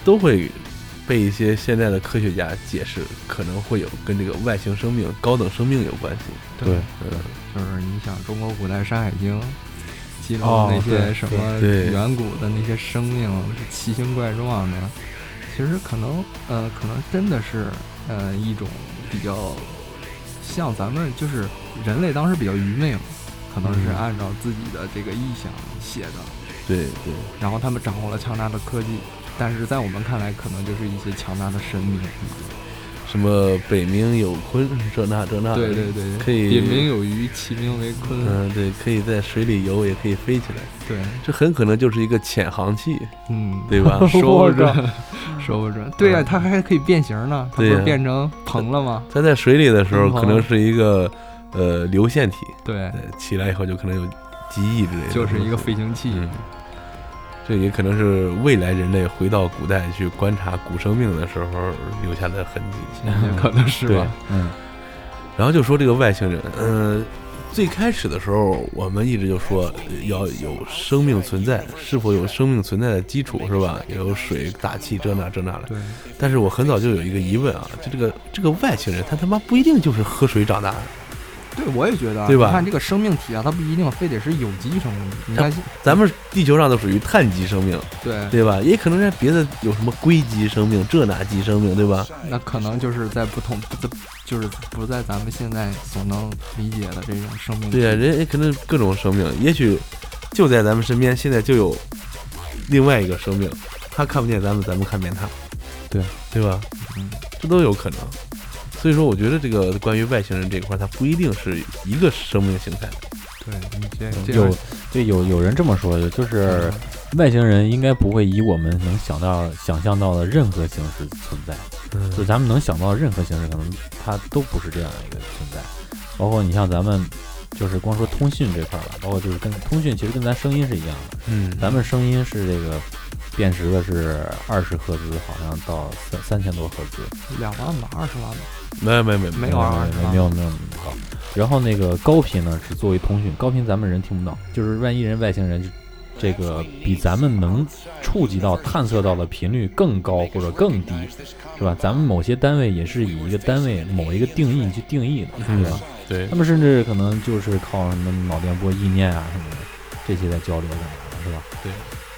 [SPEAKER 4] 都会被一些现在的科学家解释，可能会有跟这个外星生命、高等生命有关系。
[SPEAKER 5] 对，
[SPEAKER 4] 嗯，
[SPEAKER 6] 就是你想中国古代《山海经》记录
[SPEAKER 5] 哦
[SPEAKER 6] 那些
[SPEAKER 5] 对
[SPEAKER 6] 什么
[SPEAKER 4] 对对
[SPEAKER 6] 远古的那些生命是奇形怪状的，其实可能呃，可能真的是呃一种比较像咱们就是人类当时比较愚昧嘛，可能是
[SPEAKER 4] 嗯
[SPEAKER 6] 按照自己的这个意向写的，
[SPEAKER 4] 对对，
[SPEAKER 6] 然后他们掌握了强大的科技，但是在我们看来，可能就是一些强大的神明。
[SPEAKER 4] 什么北冥有 鲲，这那这那的，
[SPEAKER 6] 对对对，
[SPEAKER 4] 啊可以
[SPEAKER 6] 也名有鱼，其名为鲲。
[SPEAKER 4] 嗯，对，可以在水里游，也可以飞起来，
[SPEAKER 6] 对，
[SPEAKER 4] 这很可能就是一个潜航器，
[SPEAKER 6] 嗯，
[SPEAKER 4] 对吧？
[SPEAKER 6] 说
[SPEAKER 5] 我
[SPEAKER 6] 不准， 说不准。对呀、它还可以变形呢，它不
[SPEAKER 4] 对
[SPEAKER 6] 是
[SPEAKER 4] 呀
[SPEAKER 6] 变成鹏了吗？
[SPEAKER 4] 它在水里的时候，
[SPEAKER 6] 嗯好
[SPEAKER 4] 可能是一个呃流线体，
[SPEAKER 6] 对，
[SPEAKER 4] 呃，起来以后就可能有机翼之类的，
[SPEAKER 6] 就是一个飞行器。
[SPEAKER 4] 嗯，这也可能是未来人类回到古代去观察古生命的时候留下的痕迹。
[SPEAKER 6] 也可能是吧，
[SPEAKER 5] 嗯，
[SPEAKER 4] 然后就说这个外星人，嗯、最开始的时候我们一直就说呃要有生命存在，是否有生命存在的基础是吧？有水、大气这那这那的。
[SPEAKER 6] 对，
[SPEAKER 4] 但是我很早就有一个疑问啊，就这个这个外星人，他他妈不一定就是喝水长大的。
[SPEAKER 6] 对，我也觉得啊，
[SPEAKER 4] 对吧
[SPEAKER 6] 你看这个生命体啊，它不一定非得是有机生命体。你看，
[SPEAKER 4] 咱们地球上都属于碳基生命，
[SPEAKER 6] 对，
[SPEAKER 4] 对吧？也可能在别的有什么硅基生命、这那基生命，对吧？
[SPEAKER 6] 那可能就是在不同，不就是不在咱们现在所能理解的这种生命体。
[SPEAKER 4] 对啊呀、人家可能各种生命，也许就在咱们身边，现在就有另外一个生命，他看不见咱们，咱们看不见他，
[SPEAKER 5] 对
[SPEAKER 4] 对吧？
[SPEAKER 6] 嗯，
[SPEAKER 4] 这都有可能。所以说，我觉得这个关于外星人这一块，它不一定是一个生命形态。
[SPEAKER 6] 对，你这这
[SPEAKER 5] 嗯有
[SPEAKER 6] 个
[SPEAKER 5] 对有有人这么说的，就是外星人应该不会以我们能想到、想象到的任何形式存在，就
[SPEAKER 4] 嗯
[SPEAKER 5] 咱们能想到的任何形式，可能它都不是这样一个存在。包括你像咱们，就是光说通讯这块儿吧，包括就是跟通讯其实跟咱声音是一样的，
[SPEAKER 4] 嗯，
[SPEAKER 5] 咱们声音是这个辨识的是二十赫兹，好像到三三千多赫兹，
[SPEAKER 6] 两万吧，二十万吧，
[SPEAKER 4] 没有没有没有啊
[SPEAKER 6] 没有二十万，
[SPEAKER 5] 没有没有那么高。然后那个高频呢是作为通讯，高频咱们人听不到，就是万一人外星人就这个比咱们能触及到、探测到的频率更高或者更低，是吧？咱们某些单位也是以一个单位某一个定义去定义的，
[SPEAKER 4] 嗯
[SPEAKER 5] 对吧？
[SPEAKER 4] 对
[SPEAKER 5] 他，们甚至可能就是靠什么脑电波、意念啊什么的这些在交流干嘛的，是吧？
[SPEAKER 4] 对，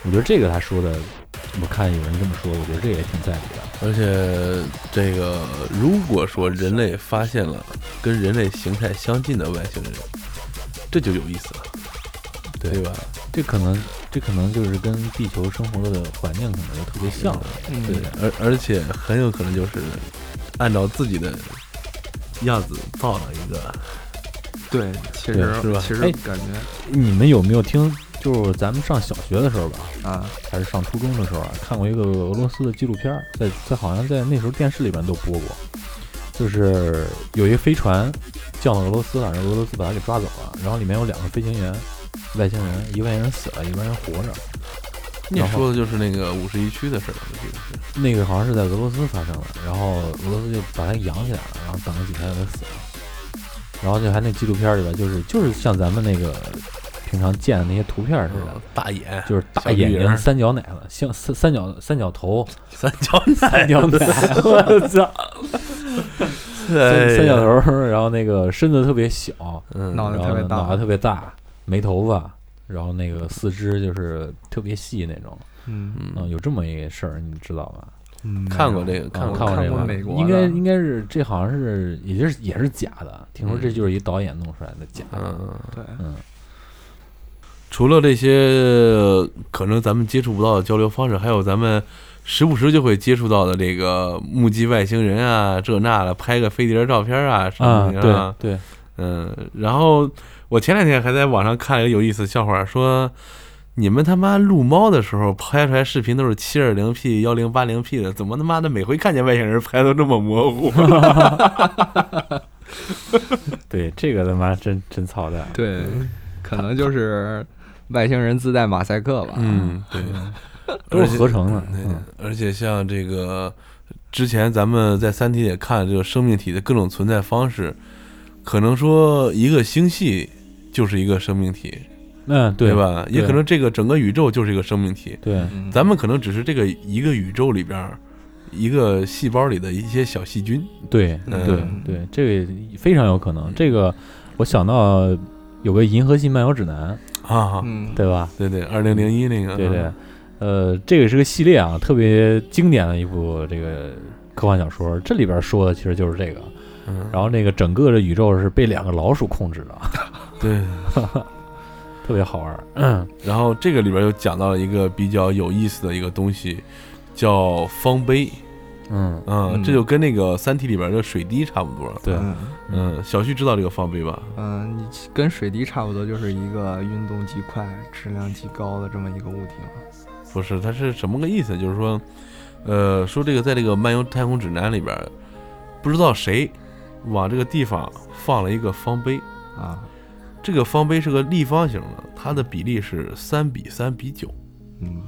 [SPEAKER 5] 我觉得这个他说的，我看有人这么说，我觉得这个也挺在理的。
[SPEAKER 4] 而且这个如果说人类发现了跟人类形态相近的外星人，这就有意思了，
[SPEAKER 5] 对
[SPEAKER 4] 对吧？
[SPEAKER 5] 这可能这可能就是跟地球生活的环境可能就特别像了。
[SPEAKER 6] 嗯
[SPEAKER 4] 对，而而且很有可能就是按照自己的样子造了一个，
[SPEAKER 6] 对，其
[SPEAKER 5] 对
[SPEAKER 6] 实
[SPEAKER 4] 是吧
[SPEAKER 6] 其实
[SPEAKER 5] 哎
[SPEAKER 6] 感觉
[SPEAKER 5] 你们有没有听？就是咱们上小学的时候吧，
[SPEAKER 6] 啊，
[SPEAKER 5] 还是上初中的时候啊，看过一个俄罗斯的纪录片儿，在在好像在那时候电视里边都播过，就是有一个飞船降到俄罗斯了，然后俄罗斯把它给抓走了，然后里面有两个飞行员，外星人，一外星人死了，一外星人活着。
[SPEAKER 4] 你
[SPEAKER 5] 然后
[SPEAKER 4] 说的就是那个五十一区的事儿，我记得是。
[SPEAKER 5] 那个好像是在俄罗斯发生的，然后俄罗斯就把它养起来了，然后等了几天它就死了。然后就还那纪录片儿里边，就是就是像咱们那个平常见的那些图片儿似的，
[SPEAKER 4] 啊大 眼
[SPEAKER 5] 就是大
[SPEAKER 4] 小绿
[SPEAKER 5] 眼
[SPEAKER 4] 人儿
[SPEAKER 5] 睛、三角奶子、像三三角三角头、
[SPEAKER 4] 三角奶
[SPEAKER 5] 三，角奶，我操，三三角
[SPEAKER 4] 头，
[SPEAKER 5] 头，然后那个身子特别小，
[SPEAKER 4] 嗯，
[SPEAKER 6] 脑袋
[SPEAKER 5] 然
[SPEAKER 6] 特
[SPEAKER 5] 后
[SPEAKER 6] 别
[SPEAKER 5] 呢
[SPEAKER 6] 大
[SPEAKER 5] 脑袋特别大，没头发，然后那个四肢就是特别细那种，
[SPEAKER 6] 嗯
[SPEAKER 5] 嗯，有这么一个事儿，你们知道吧？
[SPEAKER 6] 嗯，
[SPEAKER 4] 看过这个，
[SPEAKER 5] 啊
[SPEAKER 4] 看
[SPEAKER 5] 我
[SPEAKER 4] 过
[SPEAKER 5] 看
[SPEAKER 6] 看
[SPEAKER 5] 这
[SPEAKER 6] 过
[SPEAKER 5] 个，
[SPEAKER 6] 美国的
[SPEAKER 5] 应该应该是这好像是也就是也是假的，听说这就是一导演弄出来的假的。
[SPEAKER 4] 嗯，
[SPEAKER 6] 对，
[SPEAKER 5] 嗯，
[SPEAKER 4] 除了这些可能咱们接触不到的交流方式，还有咱们时不时就会接触到的这个目击外星人啊，这那的，拍个飞碟照片啊什么的啊
[SPEAKER 5] 啊，对对，
[SPEAKER 4] 嗯，然后我前两天还在网上看了一个有意思的笑话，说你们他妈录猫的时候拍出来视频都是七二零 P、幺零八零 P 的，怎么他妈的每回看见外星人拍都这么模糊？
[SPEAKER 5] 对这个他妈真真操蛋。
[SPEAKER 6] 对，可能就是外星人自带马赛克吧。，
[SPEAKER 4] 嗯，对，
[SPEAKER 5] 啊 都是合成的
[SPEAKER 4] 而且
[SPEAKER 5] 嗯
[SPEAKER 4] 对，而且像这个之前咱们在《三体》也看了这个生命体的各种存在方式，可能说一个星系就是一个生命体，
[SPEAKER 5] 嗯，
[SPEAKER 4] 对
[SPEAKER 5] 对？
[SPEAKER 4] 吧？也
[SPEAKER 5] 对
[SPEAKER 4] 可能这个整个宇宙就是一个生命体。
[SPEAKER 5] 对，
[SPEAKER 6] 嗯
[SPEAKER 4] 咱们可能只是这个一个宇宙里边儿一个细胞里的一些小细菌。
[SPEAKER 5] 对
[SPEAKER 4] 嗯
[SPEAKER 5] 对对，这个非常有可能。这个我想到有个《银河系漫游指南
[SPEAKER 4] 啊，
[SPEAKER 6] 嗯》，，
[SPEAKER 5] 对吧？
[SPEAKER 4] 对对，二零零一那个，嗯
[SPEAKER 5] 对对，呃，这个是个系列啊，特别经典的一部这个科幻小说。这里边说的其实就是这个，
[SPEAKER 4] 嗯，
[SPEAKER 5] 然后这个整个的宇宙是被两个老鼠控制的，
[SPEAKER 4] 对，
[SPEAKER 5] 特别好玩儿。嗯，
[SPEAKER 4] 然后这个里边又讲到了一个比较有意思的一个东西，叫方杯。
[SPEAKER 5] 嗯，
[SPEAKER 4] 嗯，
[SPEAKER 6] 嗯
[SPEAKER 4] 这就跟那个《三体》里边的水滴差不多了。
[SPEAKER 5] 对，
[SPEAKER 6] 嗯
[SPEAKER 4] 嗯，小旭知道这个方杯吧？
[SPEAKER 6] 嗯，你跟水滴差不多，就是一个运动极快、质量极高的这么一个物体嘛。
[SPEAKER 4] 不是，它是什么个意思？就是说，呃，说这个在这个《漫游太空指南》里边，不知道谁往这个地方放了一个方杯。
[SPEAKER 6] 啊，
[SPEAKER 4] 这个方杯是个立方形的，它的比例是三比三比九。
[SPEAKER 6] 嗯，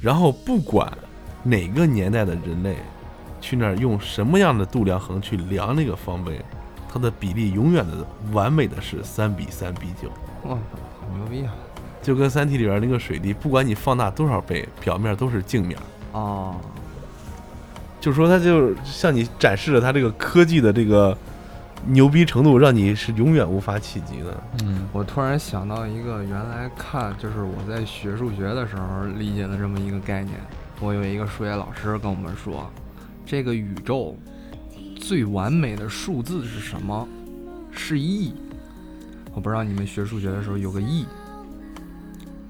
[SPEAKER 4] 然后不管哪个年代的人类去那儿用什么样的度量衡去量那个方杯，它的比例永远的完美的是三比三比九，
[SPEAKER 6] 我操，好牛逼啊！
[SPEAKER 4] 就跟《三体》里边那个水滴，不管你放大多少倍，表面都是镜面。
[SPEAKER 6] 哦，
[SPEAKER 4] 就是说，它就是向你展示了它这个科技的这个牛逼程度，让你是永远无法企及的。
[SPEAKER 5] 嗯，
[SPEAKER 6] 我突然想到一个，原来看就是我在学数学的时候理解的这么一个概念。我有一个数学老师跟我们说，这个宇宙最完美的数字是什么？是 e。我不知道你们学数学的时候有个 e，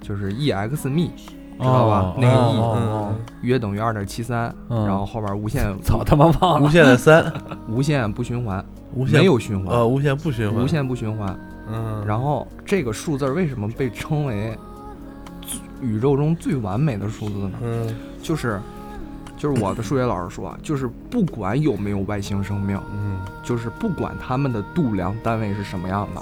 [SPEAKER 6] 就是 E ex 幂，知道吧？
[SPEAKER 5] 哦
[SPEAKER 6] 那个 e、
[SPEAKER 5] 哦
[SPEAKER 6] 约等于二点七三，
[SPEAKER 5] 嗯
[SPEAKER 6] 然后后 边无限
[SPEAKER 5] 操他妈忘
[SPEAKER 4] 无
[SPEAKER 5] 了，
[SPEAKER 4] 限的三，
[SPEAKER 6] 无限不循环，
[SPEAKER 4] 无限
[SPEAKER 6] 嗯没有循环，
[SPEAKER 4] 呃，无限不循环，
[SPEAKER 6] 无限不循环。
[SPEAKER 4] 嗯，
[SPEAKER 6] 然后这个数字儿为什么被称为最宇宙中最完美的数字呢？
[SPEAKER 4] 嗯
[SPEAKER 6] 就是，就是我的数学老师说啊，就是不管有没有外星生命，
[SPEAKER 4] 嗯
[SPEAKER 6] 就是不管他们的度量单位是什么样的，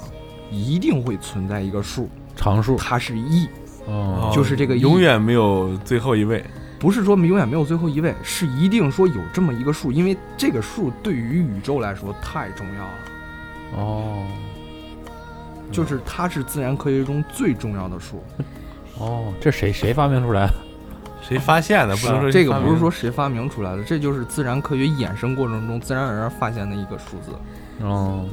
[SPEAKER 6] 一定会存在一个数，
[SPEAKER 5] 常数，
[SPEAKER 6] 它是 e，
[SPEAKER 5] 哦，
[SPEAKER 6] 就是这个一
[SPEAKER 4] 嗯永远没有最后一位。
[SPEAKER 6] 不是说永远没有最后一位，是一定说有这么一个数，因为这个数对于宇宙来说太重要了。
[SPEAKER 5] 哦，
[SPEAKER 6] 就是它是自然科学中最重要的数，
[SPEAKER 5] 哦，这谁谁发明出来的？
[SPEAKER 4] 谁发现的？不能说
[SPEAKER 6] 这个
[SPEAKER 4] 发明
[SPEAKER 6] 不是说谁发明出来的，这就是自然科学衍生过程中自然而然发现的一个数字，
[SPEAKER 5] 哦，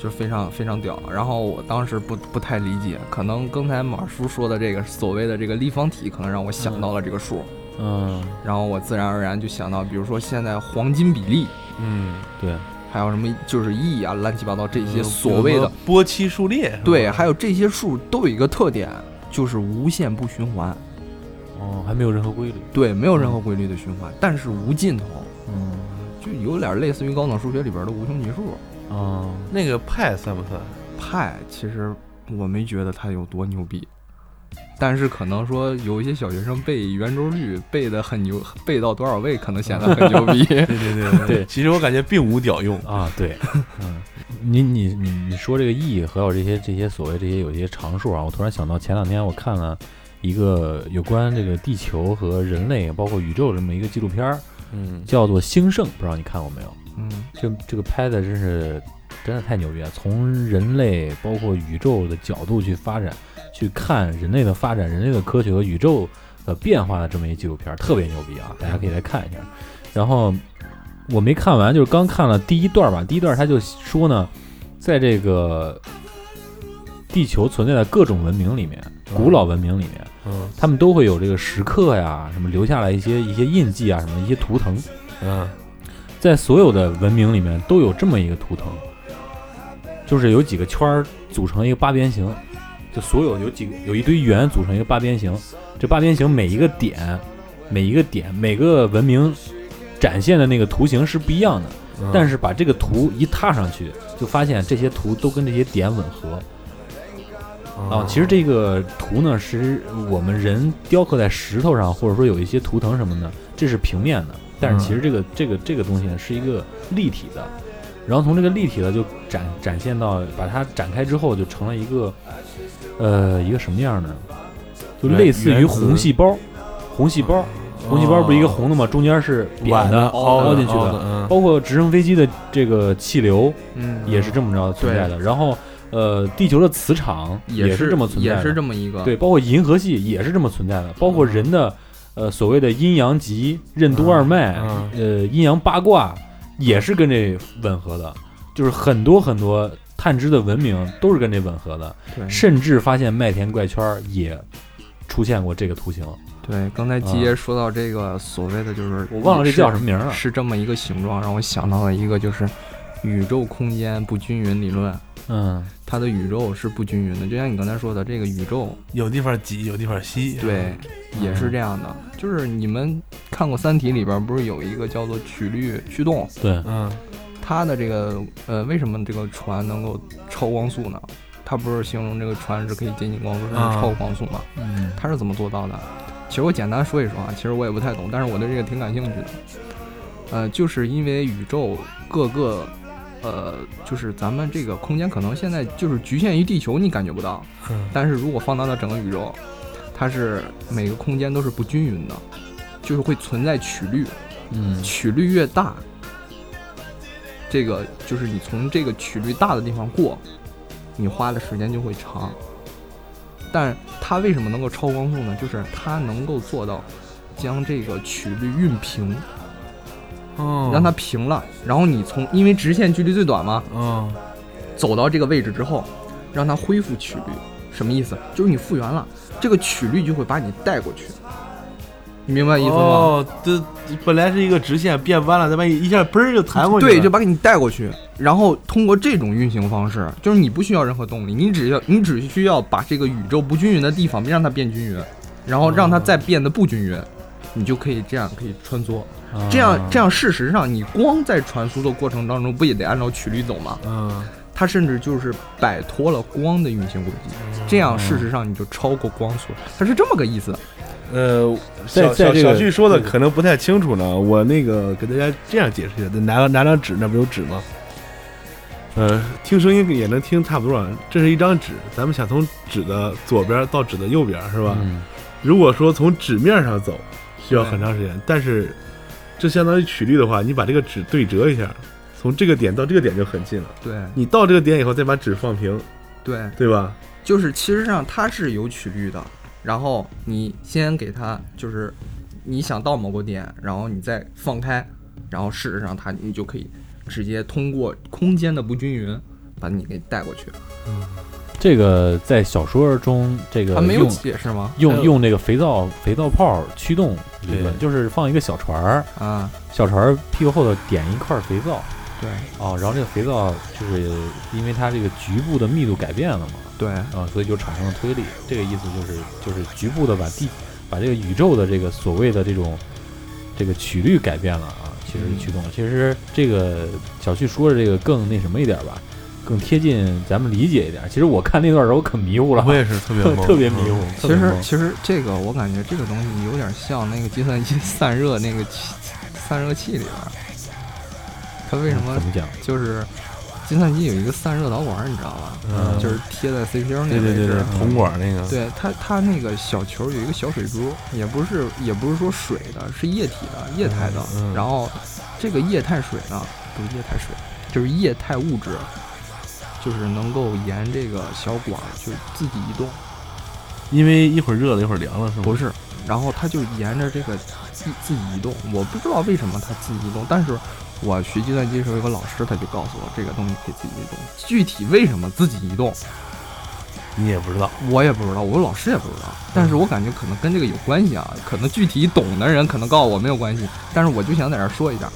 [SPEAKER 6] 就非常非常屌。然后我当时不不太理解，可能刚才马叔说的这个所谓的这个立方体，可能让我想到了这个数，
[SPEAKER 5] 嗯，
[SPEAKER 6] 然后我自然而然就想到，比如说现在黄金比例，
[SPEAKER 4] 嗯，
[SPEAKER 5] 对，
[SPEAKER 6] 还有什么就是 E 啊，乱七八糟这
[SPEAKER 4] 一
[SPEAKER 6] 些所谓的
[SPEAKER 4] 波期数列是吧，
[SPEAKER 6] 对，还有这些数都有一个特点，就是无限不循环，
[SPEAKER 5] 哦，还没有任何规律，
[SPEAKER 6] 对，没有任何规律的循环，但是无尽头。
[SPEAKER 5] 嗯，
[SPEAKER 6] 就有点类似于高等数学里边的无穷级数。啊
[SPEAKER 5] 哦，
[SPEAKER 4] 那个派算不算？
[SPEAKER 6] 派其实我没觉得它有多牛逼，但是可能说有一些小学生背圆周率背的很牛，背到多少位可能显得很牛逼。
[SPEAKER 4] 对对对
[SPEAKER 5] 对
[SPEAKER 4] 其实我感觉并无屌用。
[SPEAKER 5] 啊，对，嗯，你你你你说这个 e 和有这些这些所谓这些有一些常数啊，我突然想到前两天我看了一个有关这个地球和人类包括宇宙这么一个纪录片儿，
[SPEAKER 4] 嗯
[SPEAKER 5] 叫做《兴盛》，不知道你看过没有？
[SPEAKER 6] 嗯，
[SPEAKER 5] 这这个拍的真是真的太牛逼了，从人类包括宇宙的角度去发展，去看人类的发展、人类的科学和宇宙的变化的这么一纪录片儿，特别牛逼啊！大家可以来看一下。然后我没看完，就是刚看了第一段吧。第一段他就说呢，在这个地球存在的各种文明里面，古老文明里面，
[SPEAKER 4] 嗯
[SPEAKER 5] 他们都会有这个石刻呀，什么留下来一些一些印记啊，什么一些图腾。
[SPEAKER 4] 嗯
[SPEAKER 5] 在所有的文明里面都有这么一个图腾，就是有几个圈儿组成一个八边形，就所有有几个有一堆圆组成一个八边形，这八边形每一个点，每一个点每个文明展现的那个图形是不一样的，
[SPEAKER 4] 嗯，
[SPEAKER 5] 但
[SPEAKER 4] 是
[SPEAKER 5] 是把这个图一踏上去，就发现这些图都跟这些点吻合
[SPEAKER 4] 嗯
[SPEAKER 5] 啊。其实这个图呢，是我们人雕刻在石头上，或者说有一些图腾什么的，这是平面的。但
[SPEAKER 4] 嗯
[SPEAKER 5] 是其实这个、这个这个东西呢，是一个立体的，然后从这个立体的就展展现到，把它展开之后，就成了一个呃一个什么样呢？就类似于
[SPEAKER 4] 原
[SPEAKER 5] 红细胞，红细胞，红细胞不是一个红的吗？中间是扁
[SPEAKER 4] 扁嗯哦的凹
[SPEAKER 5] 凹进去
[SPEAKER 4] 的凹
[SPEAKER 5] 的
[SPEAKER 4] 的。嗯
[SPEAKER 5] 包括直升飞机的这个气流
[SPEAKER 6] 嗯
[SPEAKER 5] 也是这么着存在的。然后，呃，地球的磁场
[SPEAKER 6] 也
[SPEAKER 5] 是这么存在的，
[SPEAKER 6] 也是这么嗯一个
[SPEAKER 5] 对，包括银河系也是这么存在的，包括人的呃所谓的阴阳极、任督二脉、
[SPEAKER 4] 嗯
[SPEAKER 5] 呃阴阳八卦也是跟这吻合的，就是很多很多探知的文明都是跟这吻合的，
[SPEAKER 6] 对
[SPEAKER 5] 甚至发现麦田怪圈儿也出现过这个图形，
[SPEAKER 6] 对。刚才季爷说到这个所谓的就是
[SPEAKER 5] 啊我忘了这叫
[SPEAKER 6] 么
[SPEAKER 5] 什么名儿了。
[SPEAKER 6] 是这么一个形状，让我想到了一个就是宇宙空间不均匀理论，
[SPEAKER 5] 嗯，
[SPEAKER 6] 它的宇宙是不均匀的，就像你刚才说的，这个宇宙
[SPEAKER 4] 有地方挤，有地方吸。
[SPEAKER 6] 对，也是这样的。就是你们看过《三体》里边，不是有一个叫做曲率驱动？
[SPEAKER 5] 对，
[SPEAKER 4] 嗯，
[SPEAKER 6] 它的这个呃，为什么这个船能够超光速呢？它不是形容这个船是可以接近光速，甚至
[SPEAKER 4] 啊
[SPEAKER 6] 超光速吗？
[SPEAKER 5] 嗯，
[SPEAKER 6] 它是怎么做到的？其实我简单说一说啊，其实我也不太懂，但是我对这个挺感兴趣的。呃，就是因为宇宙各个，呃，就是咱们这个空间可能现在就是局限于地球，你感觉不到，
[SPEAKER 4] 嗯
[SPEAKER 6] 但是如果放大到整个宇宙，它是每个空间都是不均匀的，就是会存在曲率，
[SPEAKER 5] 嗯，
[SPEAKER 6] 曲率越大，这个就是你从这个曲率大的地方过，你花的时间就会长。但它为什么能够超光速呢？就是它能够做到将这个曲率熨平，
[SPEAKER 4] 哦
[SPEAKER 6] 让它平了。然后你从因为直线距离最短嘛，
[SPEAKER 4] 嗯
[SPEAKER 6] 走到这个位置之后，让它恢复曲率，什么意思？就是你复原了，这个曲率就会把你带过去。你明白意思吗？
[SPEAKER 4] 哦，这这本来是一个直线变弯了，再把你一下嘣儿就弹过去了。
[SPEAKER 6] 对，就把你带过去，然后通过这种运行方式，就是你不需要任何动力，你只要你只需要把这个宇宙不均匀的地方让它变均匀，然后让它再变得不均匀，你就可以这样可以穿梭。
[SPEAKER 5] 嗯
[SPEAKER 6] 这样
[SPEAKER 4] 啊
[SPEAKER 6] 这样，事实上你光在传输的过程当中，不也得按照曲率走吗？
[SPEAKER 4] 嗯，
[SPEAKER 6] 它甚至就是摆脱了光的运行轨迹，这样事实上你就超过光速，它是这么个意思。
[SPEAKER 4] 呃，
[SPEAKER 5] 在
[SPEAKER 4] 小
[SPEAKER 5] 在
[SPEAKER 4] 小
[SPEAKER 5] 这个
[SPEAKER 4] 小旭说的可能不太清楚呢，我那个给大家这样解释一下，拿拿张纸，那不有纸吗？呃，听声音也能听差不多啊。这是一张纸，咱们想从纸的左边到纸的右边，是吧？
[SPEAKER 5] 嗯
[SPEAKER 4] 如果说从纸面上走，需要很长时间，但是这相当于曲率的话，你把这个纸对折一下，从这个点到这个点就很近了。
[SPEAKER 6] 对
[SPEAKER 4] 你到这个点以后，再把纸放平，
[SPEAKER 6] 对，
[SPEAKER 4] 对吧？
[SPEAKER 6] 就是其实上它是有曲率的，然后你先给它就是你想到某个点，然后你再放开，然后事实上它你就可以直接通过空间的不均匀把你给带过去。
[SPEAKER 5] 这个在小说中，这个
[SPEAKER 6] 它啊没有
[SPEAKER 5] 用
[SPEAKER 6] 解释吗？
[SPEAKER 5] 用用这个肥皂肥皂泡驱动理论，
[SPEAKER 4] 对
[SPEAKER 5] 就是放一个小船儿，
[SPEAKER 6] 啊，
[SPEAKER 5] 小船儿屁股后头点一块肥皂，
[SPEAKER 6] 对
[SPEAKER 5] 哦，然后这个肥皂就是因为它这个局部的密度改变了嘛，
[SPEAKER 6] 对
[SPEAKER 5] 啊，所以就产生了推力。这个意思就是就是局部的把地把这个宇宙的这个所谓的这种这个曲率改变了啊，其实是驱动了。其实这个小旭说的这个更那什么一点吧，更贴近咱们理解一点。其实我看那段时候我可迷糊了，
[SPEAKER 4] 我也是 特别懵
[SPEAKER 5] 特别迷糊。
[SPEAKER 6] 其
[SPEAKER 5] 特别
[SPEAKER 6] 实
[SPEAKER 5] 懵
[SPEAKER 6] 其实这个我感觉这个东西有点像那个计算机散热那个气散热器里边儿，它为什么
[SPEAKER 5] 嗯
[SPEAKER 4] 嗯
[SPEAKER 5] 怎么讲？
[SPEAKER 6] 就是计算机有一个散热导管儿，你知道吧？
[SPEAKER 4] 嗯
[SPEAKER 6] 就是贴在 CPU 那
[SPEAKER 4] 对
[SPEAKER 6] 个
[SPEAKER 4] 对
[SPEAKER 6] 位
[SPEAKER 4] 对
[SPEAKER 6] 置
[SPEAKER 4] 对，，嗯铜管那个，
[SPEAKER 6] 对它，它那个小球有一个小水珠，也不是也不是说水的，是液体的液态的。
[SPEAKER 4] 嗯嗯
[SPEAKER 6] 然后这个液态水呢，不是液态水，就是液态物质，就是能够沿这个小管儿就自己移动，
[SPEAKER 4] 因为一会儿热了，一会儿凉了，是吗？
[SPEAKER 6] 不是，然后它就沿着这个自自己移动。我不知道为什么它自己移动，但是我学计算机的时候有个老师他就告诉我这个东西可以自己移动，具体为什么自己移动
[SPEAKER 4] 你也不知道。
[SPEAKER 6] 我也不知道，我老师也不知道，但是我感觉可能跟这个有关系啊，可能具体懂的人可能告诉我没有关系，但是我就想在这儿说一下，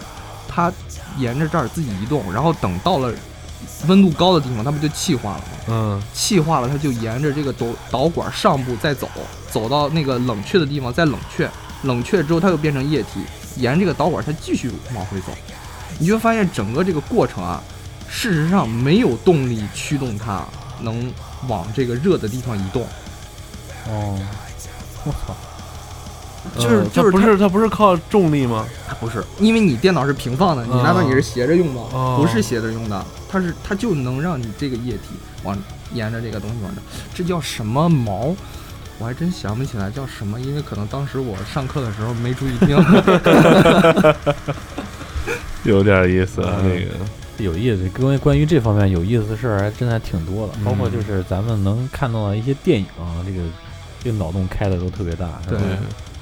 [SPEAKER 6] 它沿着这儿自己移动，然后等到了温度高的地方，它不就气化了吗？
[SPEAKER 4] 嗯
[SPEAKER 6] 气化了，它就沿着这个导导管上部再走，走到那个冷却的地方再冷却，冷却之后它又变成液体，沿这个导管它继续往回走，你就会发现整个这个过程啊，事实上没有动力驱动它能往这个热的地方移动，
[SPEAKER 5] 哦，我操！
[SPEAKER 6] 就是
[SPEAKER 4] 嗯
[SPEAKER 6] 呃就
[SPEAKER 4] 它
[SPEAKER 6] 是
[SPEAKER 4] 不是它不是靠重力吗？
[SPEAKER 6] 它不是，啊因为你电脑是平放的，你难道你是斜着用吗？
[SPEAKER 4] 哦
[SPEAKER 6] 不是斜着用的，它是它就能让你这个液体往沿着这个东西往这，这叫什么毛？我还真想不起来叫什么，因为可能当时我上课的时候没注意 听。
[SPEAKER 4] 有点意思啊，那个
[SPEAKER 5] 有意思，关于关于这方面有意思的事儿还真还挺多的，包括
[SPEAKER 4] 嗯
[SPEAKER 5] 就是咱们能看到的一些电影啊，这个这个脑洞开的都特别大。是吧
[SPEAKER 6] 对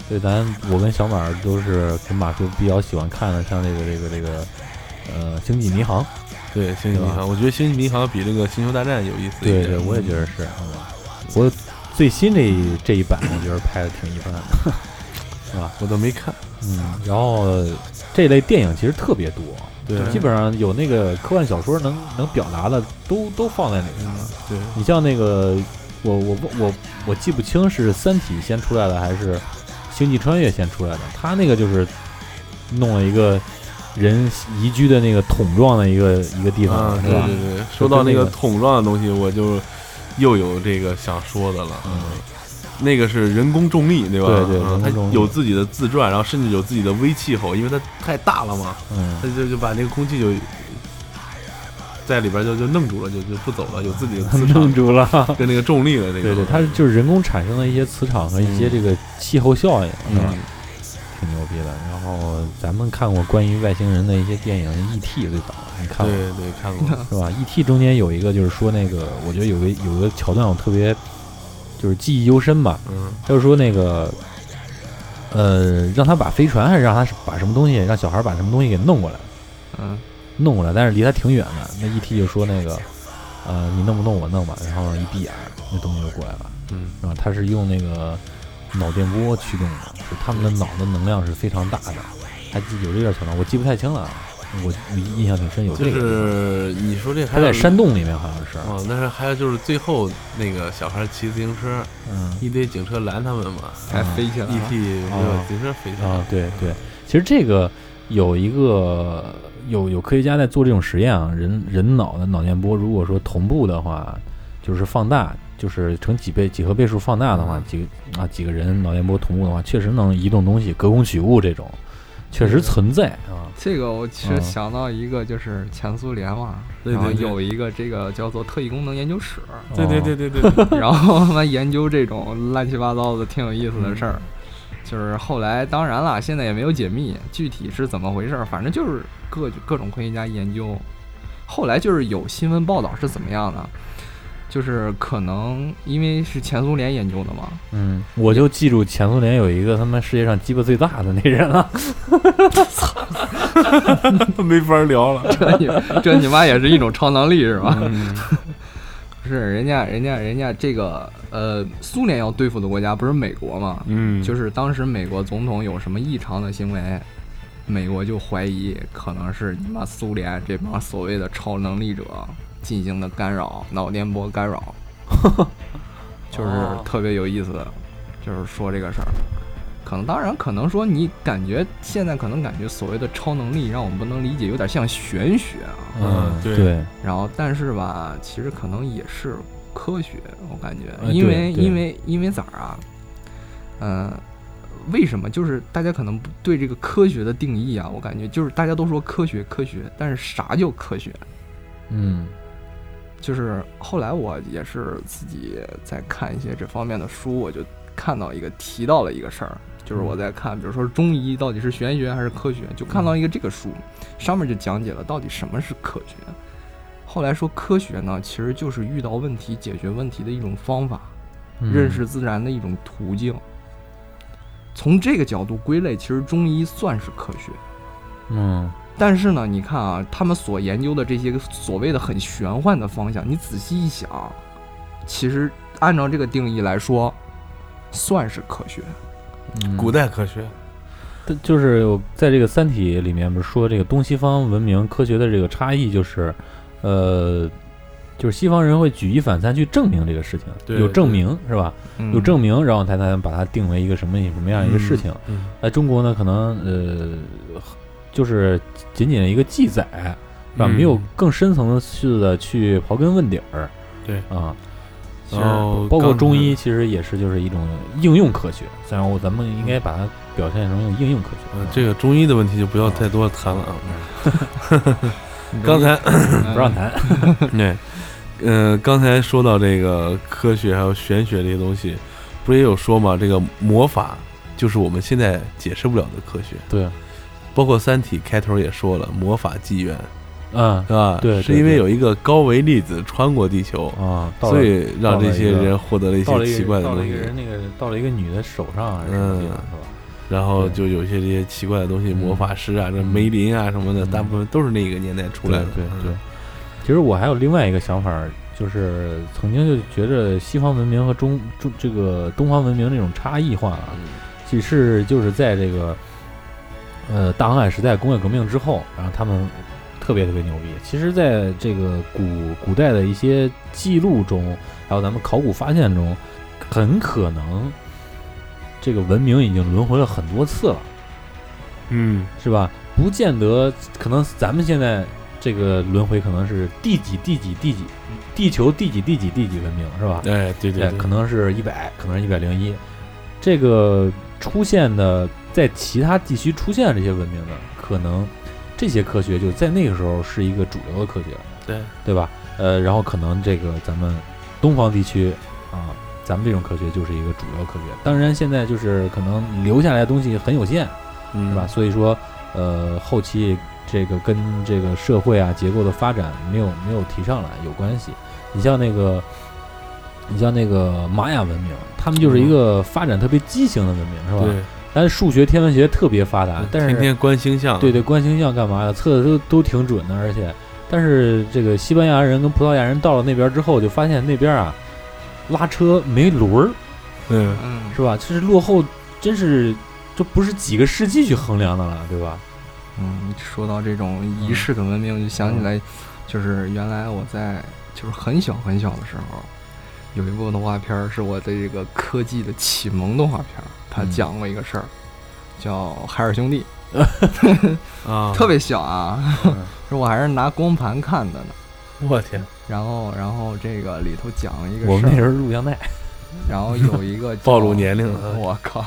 [SPEAKER 5] 对，咱我跟小马儿都是跟马叔比较喜欢看的，像这个这个这个呃《星际迷航》。
[SPEAKER 4] 对，星际迷
[SPEAKER 5] 对吧
[SPEAKER 4] 航，我觉得星际迷航比这个星球大战有意思一
[SPEAKER 5] 对
[SPEAKER 4] 点。
[SPEAKER 5] 对，我也觉得是。嗯我最新这一这一版，我觉得拍的挺一般的。
[SPEAKER 4] 我都没看。
[SPEAKER 5] 嗯，然后这类电影其实特别多，对
[SPEAKER 4] 对
[SPEAKER 5] 基本上有那个科幻小说能能表达的都都放在里面了。
[SPEAKER 4] 对，
[SPEAKER 5] 你像那个，我我不我我记不清是《三体》先出来的还是《星际穿越》先出来的，他那个就是弄了一个人移居的那个桶状的一个一个地方，
[SPEAKER 4] 嗯，
[SPEAKER 5] 是
[SPEAKER 4] 对
[SPEAKER 5] 吧？
[SPEAKER 4] 对对，说到那
[SPEAKER 5] 就跟那
[SPEAKER 4] 个
[SPEAKER 5] 个
[SPEAKER 4] 桶状的东西，我就又有这个想说的了。嗯，那个是人工重力，对吧？
[SPEAKER 5] 对对
[SPEAKER 4] 嗯
[SPEAKER 5] 人
[SPEAKER 4] 它
[SPEAKER 5] 工重力
[SPEAKER 4] 有自己的自转，然后甚至有自己的微气候，因为它太大了嘛，
[SPEAKER 5] 嗯
[SPEAKER 4] 它就就把那个空气就在里边就就弄住了，就就不走了，有自己的 磁场
[SPEAKER 5] 弄住 了。
[SPEAKER 4] 跟那个重力的那个。
[SPEAKER 5] 对对，它是就是人工产生的一些磁场和一些这个气候效应，是吧
[SPEAKER 4] 嗯？，
[SPEAKER 5] 挺牛逼的。然后咱们看过关于外星人的一些电影，E.T. 最早你看
[SPEAKER 4] 对
[SPEAKER 5] 过吗
[SPEAKER 4] 对，看过。
[SPEAKER 5] 是吧？E.T. 中间有一个就是说那个，我觉得有个有个桥段我特别就是记忆犹深吧。
[SPEAKER 4] 嗯
[SPEAKER 5] 他就说那个，呃，让他把飞船还是让他把什么东西，让小孩把什么东西给弄过来，
[SPEAKER 6] 嗯，
[SPEAKER 5] 弄过来，但是离他挺远的。那 E.T. 就说那个，呃，你弄不弄我弄吧，然后一闭眼，那东西就过来了。
[SPEAKER 4] 嗯，
[SPEAKER 5] 然后他是用那个脑电波驱动的，就他们的脑的能量是非常大的。还记有这段桥段，我记不太清了啊，我我印象挺深，有
[SPEAKER 4] 就
[SPEAKER 5] 这个地方。
[SPEAKER 4] 是你说这还
[SPEAKER 5] 他在
[SPEAKER 4] 有
[SPEAKER 5] 山洞里面好像是，
[SPEAKER 4] 哦，但是还有就是最后那个小孩骑自行车，
[SPEAKER 5] 嗯
[SPEAKER 4] 一堆警车拦他们嘛，
[SPEAKER 6] 还哎飞起来
[SPEAKER 4] E
[SPEAKER 6] 了，
[SPEAKER 4] T 没有
[SPEAKER 5] 啊
[SPEAKER 4] 自行车飞起来
[SPEAKER 5] 啊，对对，其实这个有一个有有科学家在做这种实验啊，人人脑的脑电波如果说同步的话，就是放大，就是成几倍几何倍数放大的
[SPEAKER 4] 嗯
[SPEAKER 5] 话，几个啊几个人脑电波同步的话，确实能移动东西、隔空取物这种，确实存在啊。
[SPEAKER 6] 这个我其实
[SPEAKER 5] 嗯
[SPEAKER 6] 想到一个，就是前苏联嘛，
[SPEAKER 4] 对
[SPEAKER 6] 然后
[SPEAKER 4] 对对
[SPEAKER 6] 有一个这个叫做特异功能研究室，
[SPEAKER 4] 对对
[SPEAKER 5] 哦
[SPEAKER 4] 对对对对，
[SPEAKER 6] 然后他妈研究这种乱七八糟的挺有意思的事儿。就是后来，当然了，现在也没有解密具体是怎么回事儿，反正就是各各种科学家研究。后来就是有新闻报道是怎么样的，就是可能因为是前苏联研究的嘛，
[SPEAKER 5] 嗯，我就记住前苏联有一个他妈世界上鸡巴最大的那人了，
[SPEAKER 4] 没法聊了。
[SPEAKER 6] 这你这你妈也是一种超能力是吧？ 不是，人家人家人家这个呃，苏联要对付的国家不是美国吗？
[SPEAKER 4] 嗯，
[SPEAKER 6] 就是当时美国总统有什么异常的行为，美国就怀疑可能是你妈苏联这帮所谓的超能力者进行的干扰，脑电波干扰，就是特别有意思，就是说这个事儿。可能当然，可能说你感觉现在可能感觉所谓的超能力让我们不能理解，有点像玄学啊。
[SPEAKER 4] 嗯对
[SPEAKER 5] 对，
[SPEAKER 6] 然后，但是吧，其实可能也是科学，我感觉，
[SPEAKER 5] 呃
[SPEAKER 6] 因
[SPEAKER 5] 对
[SPEAKER 6] 为
[SPEAKER 5] 对
[SPEAKER 6] 因为因为咋儿啊？嗯、为什么？就是大家可能不对这个科学的定义啊，我感觉就是大家都说科学科学，但是啥叫科学？
[SPEAKER 5] 嗯
[SPEAKER 6] 就是后来我也是自己在看一些这方面的书，我就看到一个提到了一个事儿，就是我在看，比如说中医到底是玄学还是科学，就看到一个这个书，上面就讲解了到底什么是科学。后来说科学呢，其实就是遇到问题解决问题的一种方法，
[SPEAKER 5] 嗯
[SPEAKER 6] 认识自然的一种途径。从这个角度归类，其实中医算是科学。
[SPEAKER 5] 嗯
[SPEAKER 6] 但是呢，你看啊，他们所研究的这些个所谓的很玄幻的方向，你仔细一想，其实按照这个定义来说，算是科学。
[SPEAKER 5] 嗯
[SPEAKER 4] 古代科学，
[SPEAKER 5] 但就是有在这个《三体》里面不是说这个东西方文明科学的这个差异，就是，呃，就是西方人会举一反三去证明这个事情，
[SPEAKER 4] 对
[SPEAKER 5] 有证明是吧？
[SPEAKER 6] 嗯
[SPEAKER 5] 有证明，然后才才能把它定为一个什么什么样一个事情。
[SPEAKER 4] 嗯
[SPEAKER 5] 在中国呢，可能呃，就是仅仅一个记载，是吧？
[SPEAKER 4] 嗯
[SPEAKER 5] 没有更深层次的去刨根问底儿。
[SPEAKER 4] 对
[SPEAKER 5] 啊，
[SPEAKER 4] 然后
[SPEAKER 5] 包括
[SPEAKER 4] 刚才
[SPEAKER 5] 中医，其实也是就是一种应用科学。虽然我咱们应该把它表现成一种应用科学。啊
[SPEAKER 4] 呃这个中医的问题就不要太多谈了啊。刚才
[SPEAKER 5] 不让谈。
[SPEAKER 4] 对，呃，刚才说到这个科学还有玄学这些东西，不是也有说嘛？这个魔法就是我们现在解释不了的科学，
[SPEAKER 5] 对，
[SPEAKER 4] 包括《三体》开头也说了，魔法纪元
[SPEAKER 5] 嗯
[SPEAKER 4] 是吧？
[SPEAKER 5] 对对
[SPEAKER 4] 是因为
[SPEAKER 5] 对
[SPEAKER 4] 有一个高维粒子穿过地球，
[SPEAKER 5] 啊，到
[SPEAKER 4] 所
[SPEAKER 5] 了
[SPEAKER 4] 以让这些人获得了一
[SPEAKER 5] 到了
[SPEAKER 4] 些
[SPEAKER 5] 一
[SPEAKER 4] 奇怪
[SPEAKER 5] 个
[SPEAKER 4] 的
[SPEAKER 5] 到
[SPEAKER 4] 东
[SPEAKER 5] 了一
[SPEAKER 4] 西
[SPEAKER 5] 个，人那个到了一个女的手上还是什么地方是吧？
[SPEAKER 4] 然后就有一些这些奇怪的东西，魔法师啊、这梅林啊什么的，
[SPEAKER 5] 嗯
[SPEAKER 4] 大部分都是那个年代出来的。
[SPEAKER 5] 对对对
[SPEAKER 4] 嗯，
[SPEAKER 5] 其实我还有另外一个想法儿，就是曾经就觉着西方文明和中中这
[SPEAKER 4] 嗯
[SPEAKER 5] 个东方文明这种差异化啊，其实就是在这个呃，大航海时代、工业革命之后，然后他们特别特别牛逼。其实，在这个古古代的一些记录中，还有咱们考古发现中，很可能这个文明已经轮回了很多次了，
[SPEAKER 3] 嗯，
[SPEAKER 5] 是吧？不见得，可能咱们现在这个轮回可能是第几第几第几，地球第几第几第几文明，是吧？
[SPEAKER 4] 哎，对对
[SPEAKER 5] 对，可能是一百，可能是一百零一。这个出现的在其他地区出现的这些文明呢，可能这些科学就在那个时候是一个主流的科学，
[SPEAKER 4] 对
[SPEAKER 5] 对吧？呃，然后可能这个咱们东方地区啊，咱们这种科学就是一个主流科学。当然，现在就是可能留下来的东西很有限，
[SPEAKER 4] 嗯
[SPEAKER 5] 是吧？？所以说，呃，后期这个跟这个社会啊结构的发展没有没有提上来有关系。你像那个，你像那个玛雅文明，他们就是一个发展特别畸形的文明，是吧？
[SPEAKER 4] 嗯对，
[SPEAKER 5] 但是数学、天文学特别发达，但是
[SPEAKER 4] 天天观星象，
[SPEAKER 5] 对对，观星象干嘛呀？测的都都挺准的，而且，但是这个西班牙人跟葡萄牙人到了那边之后，就发现那边啊，拉车没轮儿，
[SPEAKER 4] 嗯，
[SPEAKER 6] 嗯，
[SPEAKER 5] 是吧？这是落后，真是这不是几个世纪去衡量的了，对吧？
[SPEAKER 6] 嗯，说到这种仪式的文明，我就想起来，就是原来我在就是很小很小的时候，有一部动画片儿是我的这个科技的启蒙动画片儿，它
[SPEAKER 5] 嗯
[SPEAKER 6] 讲过一个事儿，叫《海尔兄弟》，
[SPEAKER 4] 啊，
[SPEAKER 6] 特别小啊， 是我还是拿光盘看的呢。
[SPEAKER 4] 我天，
[SPEAKER 6] 然后，然后这个里头讲了一个
[SPEAKER 5] 我
[SPEAKER 6] 事
[SPEAKER 5] 们那
[SPEAKER 6] 儿，
[SPEAKER 5] 时候录像带，
[SPEAKER 6] 然后有一 个
[SPEAKER 4] 暴
[SPEAKER 6] 叫
[SPEAKER 4] 露年龄了
[SPEAKER 6] 我靠，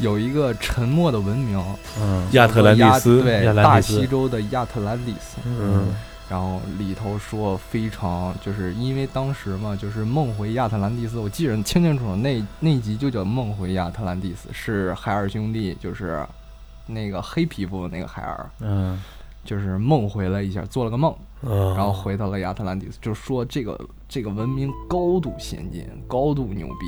[SPEAKER 6] 有一个沉默的文明，
[SPEAKER 5] 嗯
[SPEAKER 4] 亚特兰蒂斯，
[SPEAKER 6] 对
[SPEAKER 5] 亚特兰蒂斯
[SPEAKER 6] 大西洲的亚特兰蒂斯，
[SPEAKER 4] 嗯，
[SPEAKER 6] 然后里头说非常就是因为当时嘛，就是梦回亚特兰蒂斯，我记得清清楚楚，那那一集就叫梦回亚特兰蒂斯，是海尔兄弟，就是那个黑皮肤的那个海尔，
[SPEAKER 5] 嗯，
[SPEAKER 6] 就是梦回了一下，做了个梦，
[SPEAKER 4] 然
[SPEAKER 6] 然后回到了亚特兰蒂斯，就说这个这个文明高度先进，高度牛逼，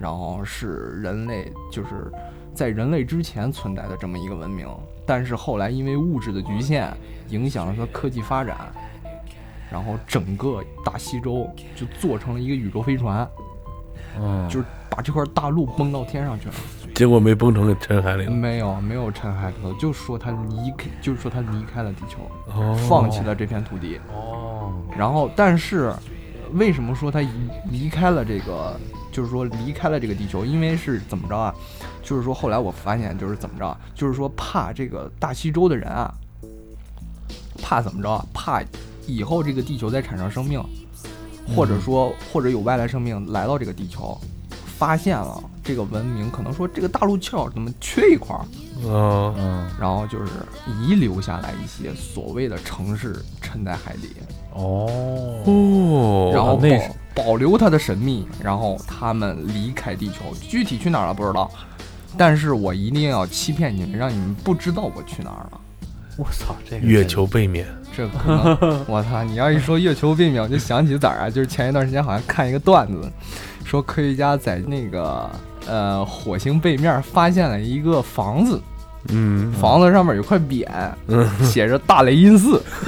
[SPEAKER 6] 然后是人类就是在人类之前存在的这么一个文明，但是后来因为物质的局限，影响了它科技发展，然后整个大西洲就做成了一个宇宙飞船，
[SPEAKER 5] 嗯
[SPEAKER 6] 就是把这块大陆崩到天上去了。
[SPEAKER 4] 结果没崩成沉海里了，
[SPEAKER 6] 没有没有沉海里头，就说他离开，就是说他离开了地球，
[SPEAKER 4] 哦
[SPEAKER 6] 放弃了这片土地。
[SPEAKER 5] 哦，
[SPEAKER 6] 然后，但是呃为什么说他离离开了这个，就是说离开了这个地球？因为是怎么着啊？就是说后来我发现，就是怎么着啊，就是说怕这个大西洲的人啊，怕怎么着啊？怕以后这个地球再产生生命，或者说或者有外来生命来到这个地球，发现了这个文明，可能说这个大陆壳怎么缺一块儿，
[SPEAKER 4] 啊，
[SPEAKER 5] 嗯，
[SPEAKER 6] 然后就是遗留下来一些所谓的城市沉在海底。
[SPEAKER 5] 哦，
[SPEAKER 4] 哦，
[SPEAKER 6] 然后保
[SPEAKER 5] 那是
[SPEAKER 6] 保留它的神秘，然后他们离开地球，具体去哪儿了不知道，但是我一定要欺骗你们，让你们不知道我去哪儿了。
[SPEAKER 5] 我操，这个
[SPEAKER 4] 月球背面，
[SPEAKER 6] 这可能，我操！你要一说月球背面，我就想起咋儿啊？就是前一段时间好像看一个段子，说科学家在那个呃火星背面发现了一个房子，
[SPEAKER 4] 嗯，
[SPEAKER 6] 房子上面有块匾，写着“大雷音寺”，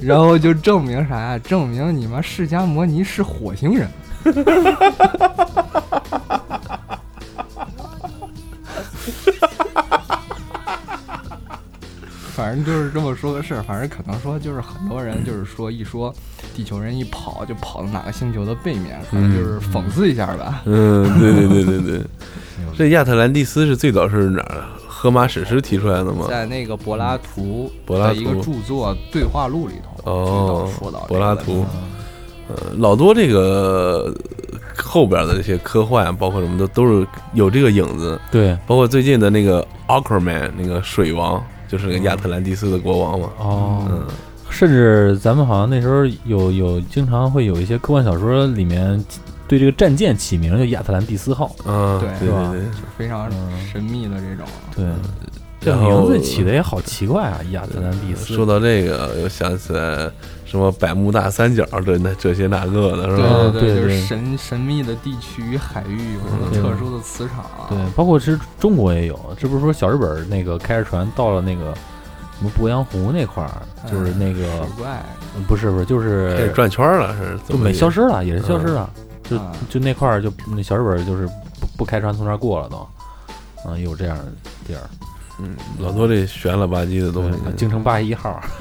[SPEAKER 6] 然后就证明啥呀？证明你妈释迦摩尼是火星人。反正就是这么说个事儿， 反正可能说就是很多人就是说一说地球人一跑就跑到哪个星球的背面，可能就是讽刺一下吧。
[SPEAKER 4] 嗯，对对对对对， 这亚特兰蒂斯是最早是哪儿？啊荷马史诗提出来的吗？
[SPEAKER 6] 在那个柏拉图
[SPEAKER 4] 嗯柏拉
[SPEAKER 6] 的
[SPEAKER 4] 图
[SPEAKER 6] 一个著作《对话录》里头，
[SPEAKER 4] 哦
[SPEAKER 6] 最早说到，这
[SPEAKER 4] 柏
[SPEAKER 6] 个
[SPEAKER 4] 拉
[SPEAKER 6] 问
[SPEAKER 4] 图
[SPEAKER 6] 题，
[SPEAKER 4] 呃，老多这个呃后边的这些科幻，包括什么的，都是有这个影子。
[SPEAKER 5] 对，
[SPEAKER 4] 包括最近的那个 Aquaman，那个水王，就是
[SPEAKER 6] 嗯
[SPEAKER 4] 那个亚特兰蒂斯的国王嘛。
[SPEAKER 5] 哦，
[SPEAKER 4] 嗯，
[SPEAKER 5] 甚至咱们好像那时候有有经常会有一些科幻小说里面对这个战舰起名叫亚特兰蒂斯号，
[SPEAKER 4] 嗯，
[SPEAKER 6] 对
[SPEAKER 4] 对对
[SPEAKER 5] 是吧
[SPEAKER 4] 对。
[SPEAKER 6] 非常神秘的这
[SPEAKER 4] 嗯
[SPEAKER 6] 种。
[SPEAKER 5] 对，这
[SPEAKER 4] 然后
[SPEAKER 5] 名字起的也好奇怪啊，亚特兰蒂斯。
[SPEAKER 4] 说到这个，又想起来什么百慕大三角这那这些那个的，是吧？
[SPEAKER 5] 嗯
[SPEAKER 6] 对
[SPEAKER 5] 对
[SPEAKER 6] 就
[SPEAKER 5] 对
[SPEAKER 6] 是神神秘的地区与海域有什
[SPEAKER 4] 嗯
[SPEAKER 6] 么
[SPEAKER 5] 对
[SPEAKER 6] 特殊的磁场？
[SPEAKER 5] 对，包括其实中国也有，这不是说小日本儿那个开着船到了那个什么鄱阳湖那块儿，就是那个、
[SPEAKER 6] 水怪，
[SPEAKER 5] 嗯不是不是，就
[SPEAKER 4] 开始
[SPEAKER 5] 是
[SPEAKER 4] 转圈了，是
[SPEAKER 5] 就
[SPEAKER 4] 怎么
[SPEAKER 5] 没
[SPEAKER 4] 也
[SPEAKER 5] 消失了，也是消失
[SPEAKER 4] 嗯
[SPEAKER 5] 了，就
[SPEAKER 6] 啊
[SPEAKER 5] 就那块儿就那小日本儿就是不不开船从这儿过了都，嗯，有这样的地儿，嗯
[SPEAKER 4] 嗯，老多这悬了吧唧的东西，
[SPEAKER 5] 京城八十一号，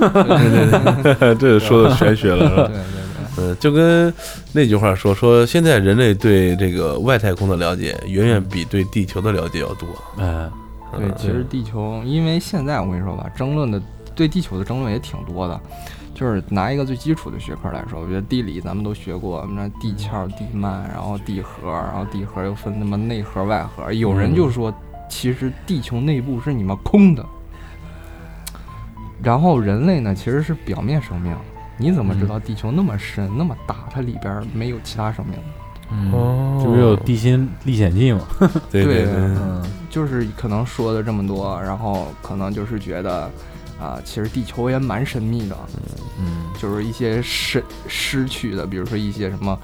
[SPEAKER 4] 这说的玄学了，是吧？
[SPEAKER 6] 对 对
[SPEAKER 4] 嗯，就跟那句话说，说现在人类对这个外太空的了解，远远比对地球的了解要多。
[SPEAKER 5] 哎，
[SPEAKER 4] 嗯
[SPEAKER 6] 对，对，其实地球，因为现在我跟你说吧，争论的对地球的争论也挺多的。就是拿一个最基础的学科来说，我觉得地理咱们都学过，什么地壳、地幔，然后地核，然后地核又分什么内核、外核。有人就说，其实地球内部是你们空的。然后人类呢，其实是表面生命。你怎么知道地球那么深、那么大，它里边没有其他生命？
[SPEAKER 5] 嗯，
[SPEAKER 4] 哦
[SPEAKER 5] 这不是有地心历险记吗？
[SPEAKER 4] 对对
[SPEAKER 6] 对啊
[SPEAKER 4] 对
[SPEAKER 5] 嗯
[SPEAKER 6] 就是可能说了这么多，然后可能就是觉得，啊、其实地球也蛮神秘的，
[SPEAKER 5] 嗯
[SPEAKER 6] 就是一些失失去的，比如说一些什么，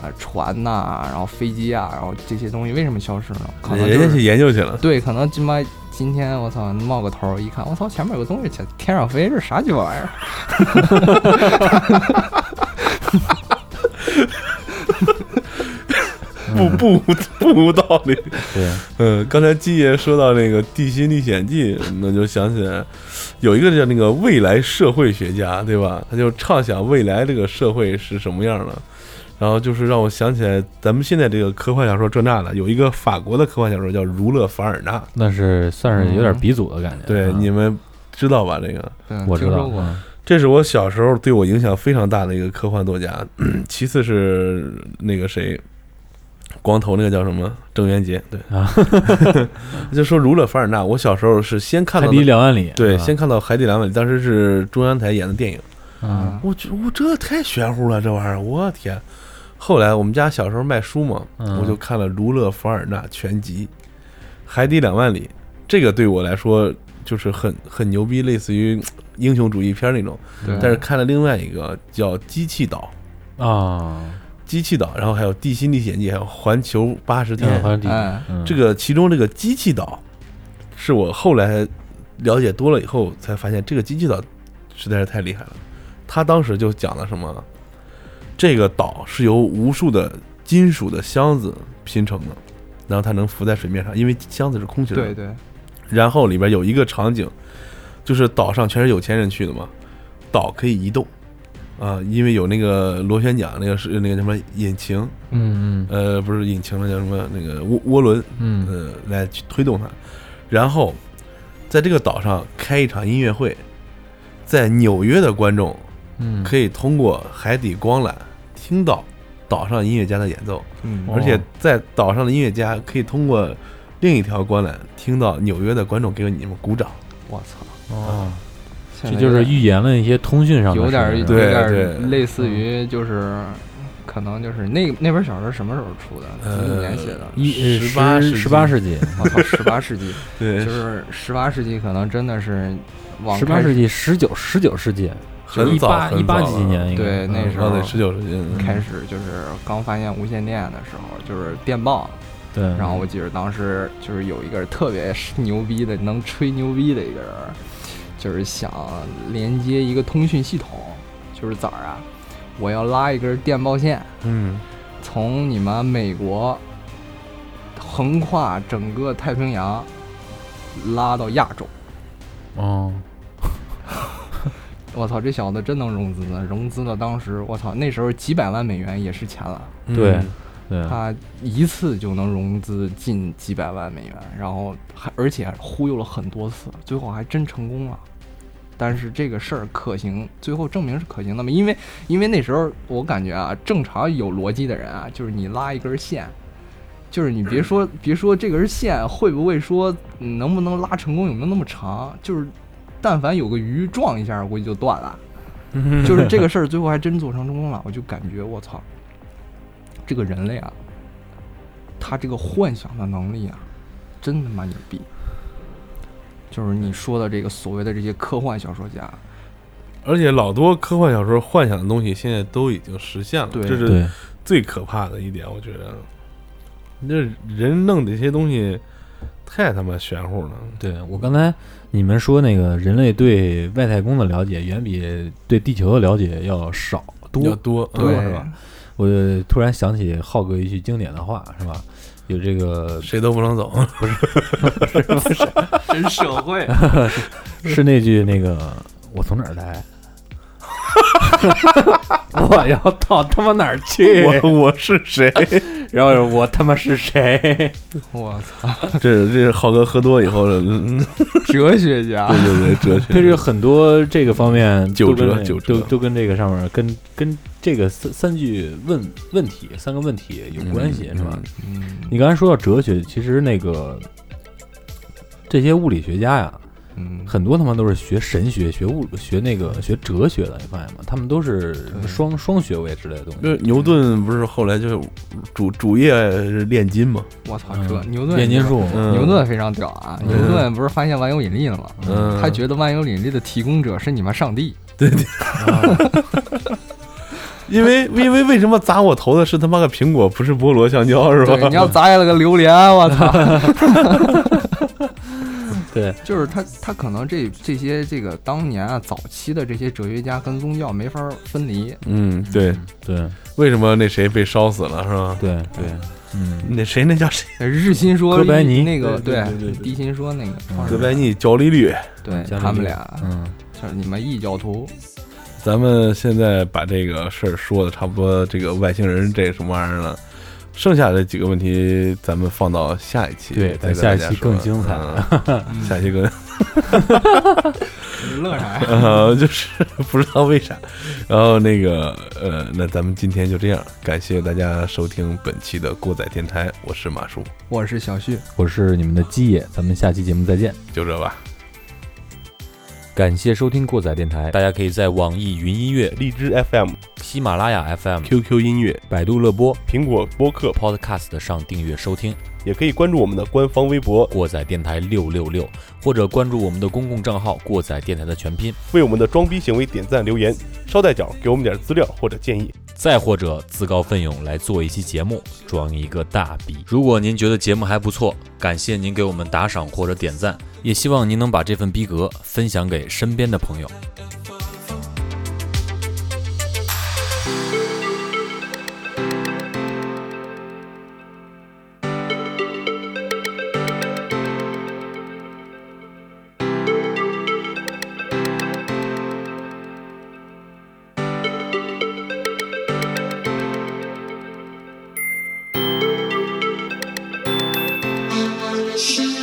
[SPEAKER 6] 呃，船呐、然后飞机啊，然后这些东西为什么消失呢？可能、
[SPEAKER 4] 人
[SPEAKER 6] 就是、
[SPEAKER 5] 哎
[SPEAKER 4] 家去研究去了。
[SPEAKER 6] 对，可能他妈今天我操冒个头一看，我操前面有个东西在天上飞，这是啥鸡巴玩意儿？
[SPEAKER 4] 不
[SPEAKER 6] 嗯
[SPEAKER 4] 不不无道理。
[SPEAKER 5] 对，
[SPEAKER 4] 嗯，刚才金爷说到那个《地心历险记》，那就想起来有一个叫那个未来社会学家，对吧？他就畅想未来这个社会是什么样的，然后就是让我想起来咱们现在这个科幻小说这那的，有一个法国的科幻小说叫《儒勒凡尔纳》，
[SPEAKER 5] 那是算是有点鼻祖的感觉。
[SPEAKER 4] 对，
[SPEAKER 5] 嗯
[SPEAKER 4] 你们知道吧？这个
[SPEAKER 6] 对，
[SPEAKER 5] 我知
[SPEAKER 6] 听
[SPEAKER 5] 道
[SPEAKER 6] 说过，
[SPEAKER 5] 嗯
[SPEAKER 4] 这是我小时候对我影响非常大的一个科幻作家，其次是那个谁，光头那个叫什么郑渊洁，对
[SPEAKER 5] 啊，
[SPEAKER 4] 就说儒勒凡尔纳，我小时候是先看
[SPEAKER 5] 海
[SPEAKER 4] 到
[SPEAKER 5] 底
[SPEAKER 4] 的。
[SPEAKER 5] 两万里，嗯
[SPEAKER 4] 对，
[SPEAKER 5] 是吧
[SPEAKER 4] 先看到《海底两万里》，当时是中央台演的电影，
[SPEAKER 5] 嗯
[SPEAKER 4] 我觉我这太玄乎了，这玩意儿，我天！后来我们家小时候卖书嘛，
[SPEAKER 5] 嗯
[SPEAKER 4] 我就看了《儒勒凡尔纳全集》《海底两万里》，这个对我来说就是很很牛逼，类似于英雄主义片那种。
[SPEAKER 6] 对，
[SPEAKER 4] 但是看了另外一个叫《机器岛》，
[SPEAKER 5] 啊，
[SPEAKER 4] 《机器岛》，然后还有《地心历险记》，还有《嗯环球八十天》
[SPEAKER 5] 好像地
[SPEAKER 6] 哎，
[SPEAKER 5] 嗯
[SPEAKER 4] 这个其中这个机器岛，是我后来了解多了以后才发现，这个机器岛实在是太厉害了。他当时就讲了什么，这个岛是由无数的金属的箱子拼成的，然后它能浮在水面上，因为箱子是空心的。
[SPEAKER 6] 对对，
[SPEAKER 4] 然后里边有一个场景，就是岛上全是有钱人去的嘛，岛可以移动，啊，因为有那个螺旋桨，那个是那个什么引擎，
[SPEAKER 5] 嗯
[SPEAKER 4] 呃，不是引擎了，叫什么那个涡涡轮，
[SPEAKER 5] 嗯嗯
[SPEAKER 4] 呃，来去推动它。然后在这个岛上开一场音乐会，在纽约的观众
[SPEAKER 5] 嗯，
[SPEAKER 4] 可以通过海底光缆听到岛上音乐家的演奏，
[SPEAKER 6] 嗯，
[SPEAKER 5] 哦
[SPEAKER 4] 而且在岛上的音乐家可以通过另一条光缆听到纽约的观众给你们鼓掌。
[SPEAKER 6] 我操，
[SPEAKER 5] 哦，
[SPEAKER 6] 现
[SPEAKER 5] 这
[SPEAKER 6] 在
[SPEAKER 5] 就
[SPEAKER 6] 有
[SPEAKER 5] 是
[SPEAKER 6] 点
[SPEAKER 5] 预言了一些通讯上的
[SPEAKER 6] 有点儿
[SPEAKER 5] 事
[SPEAKER 6] 有
[SPEAKER 5] 情
[SPEAKER 4] 对
[SPEAKER 6] 点
[SPEAKER 4] 对
[SPEAKER 6] 儿类似于就是，可能就是那那本小说什么时候出的？几几年写的？
[SPEAKER 5] 一
[SPEAKER 4] 18世纪
[SPEAKER 5] 十八世纪，
[SPEAKER 6] 我操，十八世纪，就
[SPEAKER 4] 对，
[SPEAKER 6] 是十八世纪，可能真的是往
[SPEAKER 5] 十
[SPEAKER 6] 开
[SPEAKER 5] 八
[SPEAKER 6] 始
[SPEAKER 5] 世纪、十九、十九世纪，
[SPEAKER 4] 很
[SPEAKER 5] 一
[SPEAKER 4] 早
[SPEAKER 5] 八一八几几年应该
[SPEAKER 6] 对那时候
[SPEAKER 4] 啊，对，十九世纪，嗯
[SPEAKER 6] 开始就是刚发现无线电的时候，就是电报。
[SPEAKER 5] 对，
[SPEAKER 6] 然后我记得当时就是有一个人特别牛逼的，能吹牛逼的一个人，就是想连接一个通讯系统，就是咋儿啊？我要拉一根电报线，
[SPEAKER 4] 嗯，
[SPEAKER 6] 从你们美国横跨整个太平洋拉到亚洲。
[SPEAKER 5] 哦，
[SPEAKER 6] 我操，这小子真能融资呢！融资了，当时我操，那时候几百万美元也是钱了。
[SPEAKER 5] 对
[SPEAKER 4] 嗯
[SPEAKER 5] 对，
[SPEAKER 6] 他一次就能融资近几百万美元，然后还而且忽悠了很多次，最后还真成功了。但是这个事儿可行，最后证明是可行的嘛？因为因为那时候我感觉啊，正常有逻辑的人啊，就是你拉一根线，就是你别说别说这根线会不会说嗯能不能拉成功，有没有那么长，就是但凡有个鱼撞一下，估计就断了。就是这个事儿最后还真做成成功了，我就感觉我操，这个人类啊，他这个幻想的能力啊，真他妈牛逼。就是你说的这个所谓的这些科幻小说家，
[SPEAKER 4] 而且老多科幻小说幻想的东西现在都已经实现了，
[SPEAKER 6] 对
[SPEAKER 4] 这是
[SPEAKER 5] 对，
[SPEAKER 4] 最可怕的一点，我觉得，那人弄这些东西太他妈玄乎了。
[SPEAKER 5] 对我刚才你们说那个人类对外太空的了解远比对地球的了解要少
[SPEAKER 4] 要
[SPEAKER 5] 多，
[SPEAKER 4] 多，嗯
[SPEAKER 5] 对是吧我突然想起浩哥一句经典的话，是吧？有这 个
[SPEAKER 4] 谁都不能走。
[SPEAKER 6] 真社会，
[SPEAKER 5] 是那句那个我从哪儿来， 我要到他妈哪儿去？
[SPEAKER 4] 我我是谁？
[SPEAKER 5] 然后我他妈是谁？
[SPEAKER 6] 我操，
[SPEAKER 4] 这这是浩哥喝多以后的，嗯
[SPEAKER 6] 哲学家
[SPEAKER 4] 对对对，哲学。
[SPEAKER 5] 这是很多这个方面
[SPEAKER 4] 九
[SPEAKER 5] 都
[SPEAKER 4] 折
[SPEAKER 5] 跟那
[SPEAKER 4] 九折
[SPEAKER 5] 都都跟这个上面跟跟这个三三句问问题三个问题有关系、
[SPEAKER 4] 嗯
[SPEAKER 5] 是吧？
[SPEAKER 6] 嗯
[SPEAKER 5] 你刚才说到哲学，其实那个这些物理学家呀，
[SPEAKER 6] 嗯，
[SPEAKER 5] 很多他妈都是学神学、学物、学那个学哲学的，你发现吗？他们都是什么
[SPEAKER 6] 对
[SPEAKER 5] 双双学位之类的东
[SPEAKER 4] 因
[SPEAKER 5] 西。
[SPEAKER 4] 为牛顿不是后来就主主业是炼金嘛？
[SPEAKER 6] 我操，
[SPEAKER 5] 嗯
[SPEAKER 6] 这牛顿
[SPEAKER 5] 炼金术，
[SPEAKER 4] 嗯
[SPEAKER 6] 牛顿非常屌啊！
[SPEAKER 5] 嗯
[SPEAKER 6] 牛顿不是发现万有引力了吗？
[SPEAKER 4] 嗯
[SPEAKER 6] 他觉得万有引力的提供者是你们上 帝。
[SPEAKER 4] 因为因为为什么砸我头的是他妈个苹果，不是菠萝香蕉是吧
[SPEAKER 6] 对，？你要砸下来个榴莲，我操！
[SPEAKER 5] 对，
[SPEAKER 6] 就是他，他可能这这些这个当年啊，早期的这些哲学家跟宗教没法分离。
[SPEAKER 4] 嗯，对，
[SPEAKER 5] 对
[SPEAKER 4] 为什么那谁被烧死了是吧？
[SPEAKER 5] 对对，嗯，
[SPEAKER 4] 那谁那叫谁？
[SPEAKER 6] 呃日心说
[SPEAKER 5] 哥白尼
[SPEAKER 6] 那个
[SPEAKER 4] 对对对对
[SPEAKER 6] 地心说那个创始
[SPEAKER 4] 哥
[SPEAKER 6] 人
[SPEAKER 4] 白尼、焦利略。
[SPEAKER 6] 对
[SPEAKER 5] 伽利略
[SPEAKER 6] 他们俩
[SPEAKER 5] 嗯，
[SPEAKER 6] 就是你们异教徒，
[SPEAKER 4] 咱们现在把这个事儿说的差不多，这个外星人这什么玩意儿了？剩下的几个问题，咱们放到下一期，
[SPEAKER 5] 对
[SPEAKER 4] 再跟
[SPEAKER 5] 下一
[SPEAKER 4] 大家
[SPEAKER 5] 期
[SPEAKER 4] 说
[SPEAKER 5] 更精彩
[SPEAKER 4] 嗯 下一期更
[SPEAKER 6] 乐啥呀？
[SPEAKER 4] 呃，就是 不知道为啥。然后那个呃，那咱们今天就这样，感谢大家收听本期的过载电台，我是马叔，
[SPEAKER 6] 我是小旭，
[SPEAKER 5] 我是你们的基野，咱们下期节目再见。
[SPEAKER 4] 就这吧。
[SPEAKER 8] 感谢收听过载电台，大家可以在网易云音乐、
[SPEAKER 9] 荔枝 FM、
[SPEAKER 8] 喜马拉雅 FM、
[SPEAKER 9] QQ 音乐、
[SPEAKER 8] 百度乐播、
[SPEAKER 9] 苹果播客，
[SPEAKER 8] Podcast 上订阅收听
[SPEAKER 9] 也可以关注我们的官方微博，
[SPEAKER 8] 过载电台六六六，或者关注我们的公共账号“过载电台”的全拼，
[SPEAKER 9] 为我们的装逼行为点赞留言，捎带脚给我们点资料或者建议。
[SPEAKER 8] 再或者自告奋勇来做一期节目，装一个大逼。如果您觉得节目还不错，感谢您给我们打赏或者点赞，也希望您能把这份逼格分享给身边的朋友。
[SPEAKER 10] She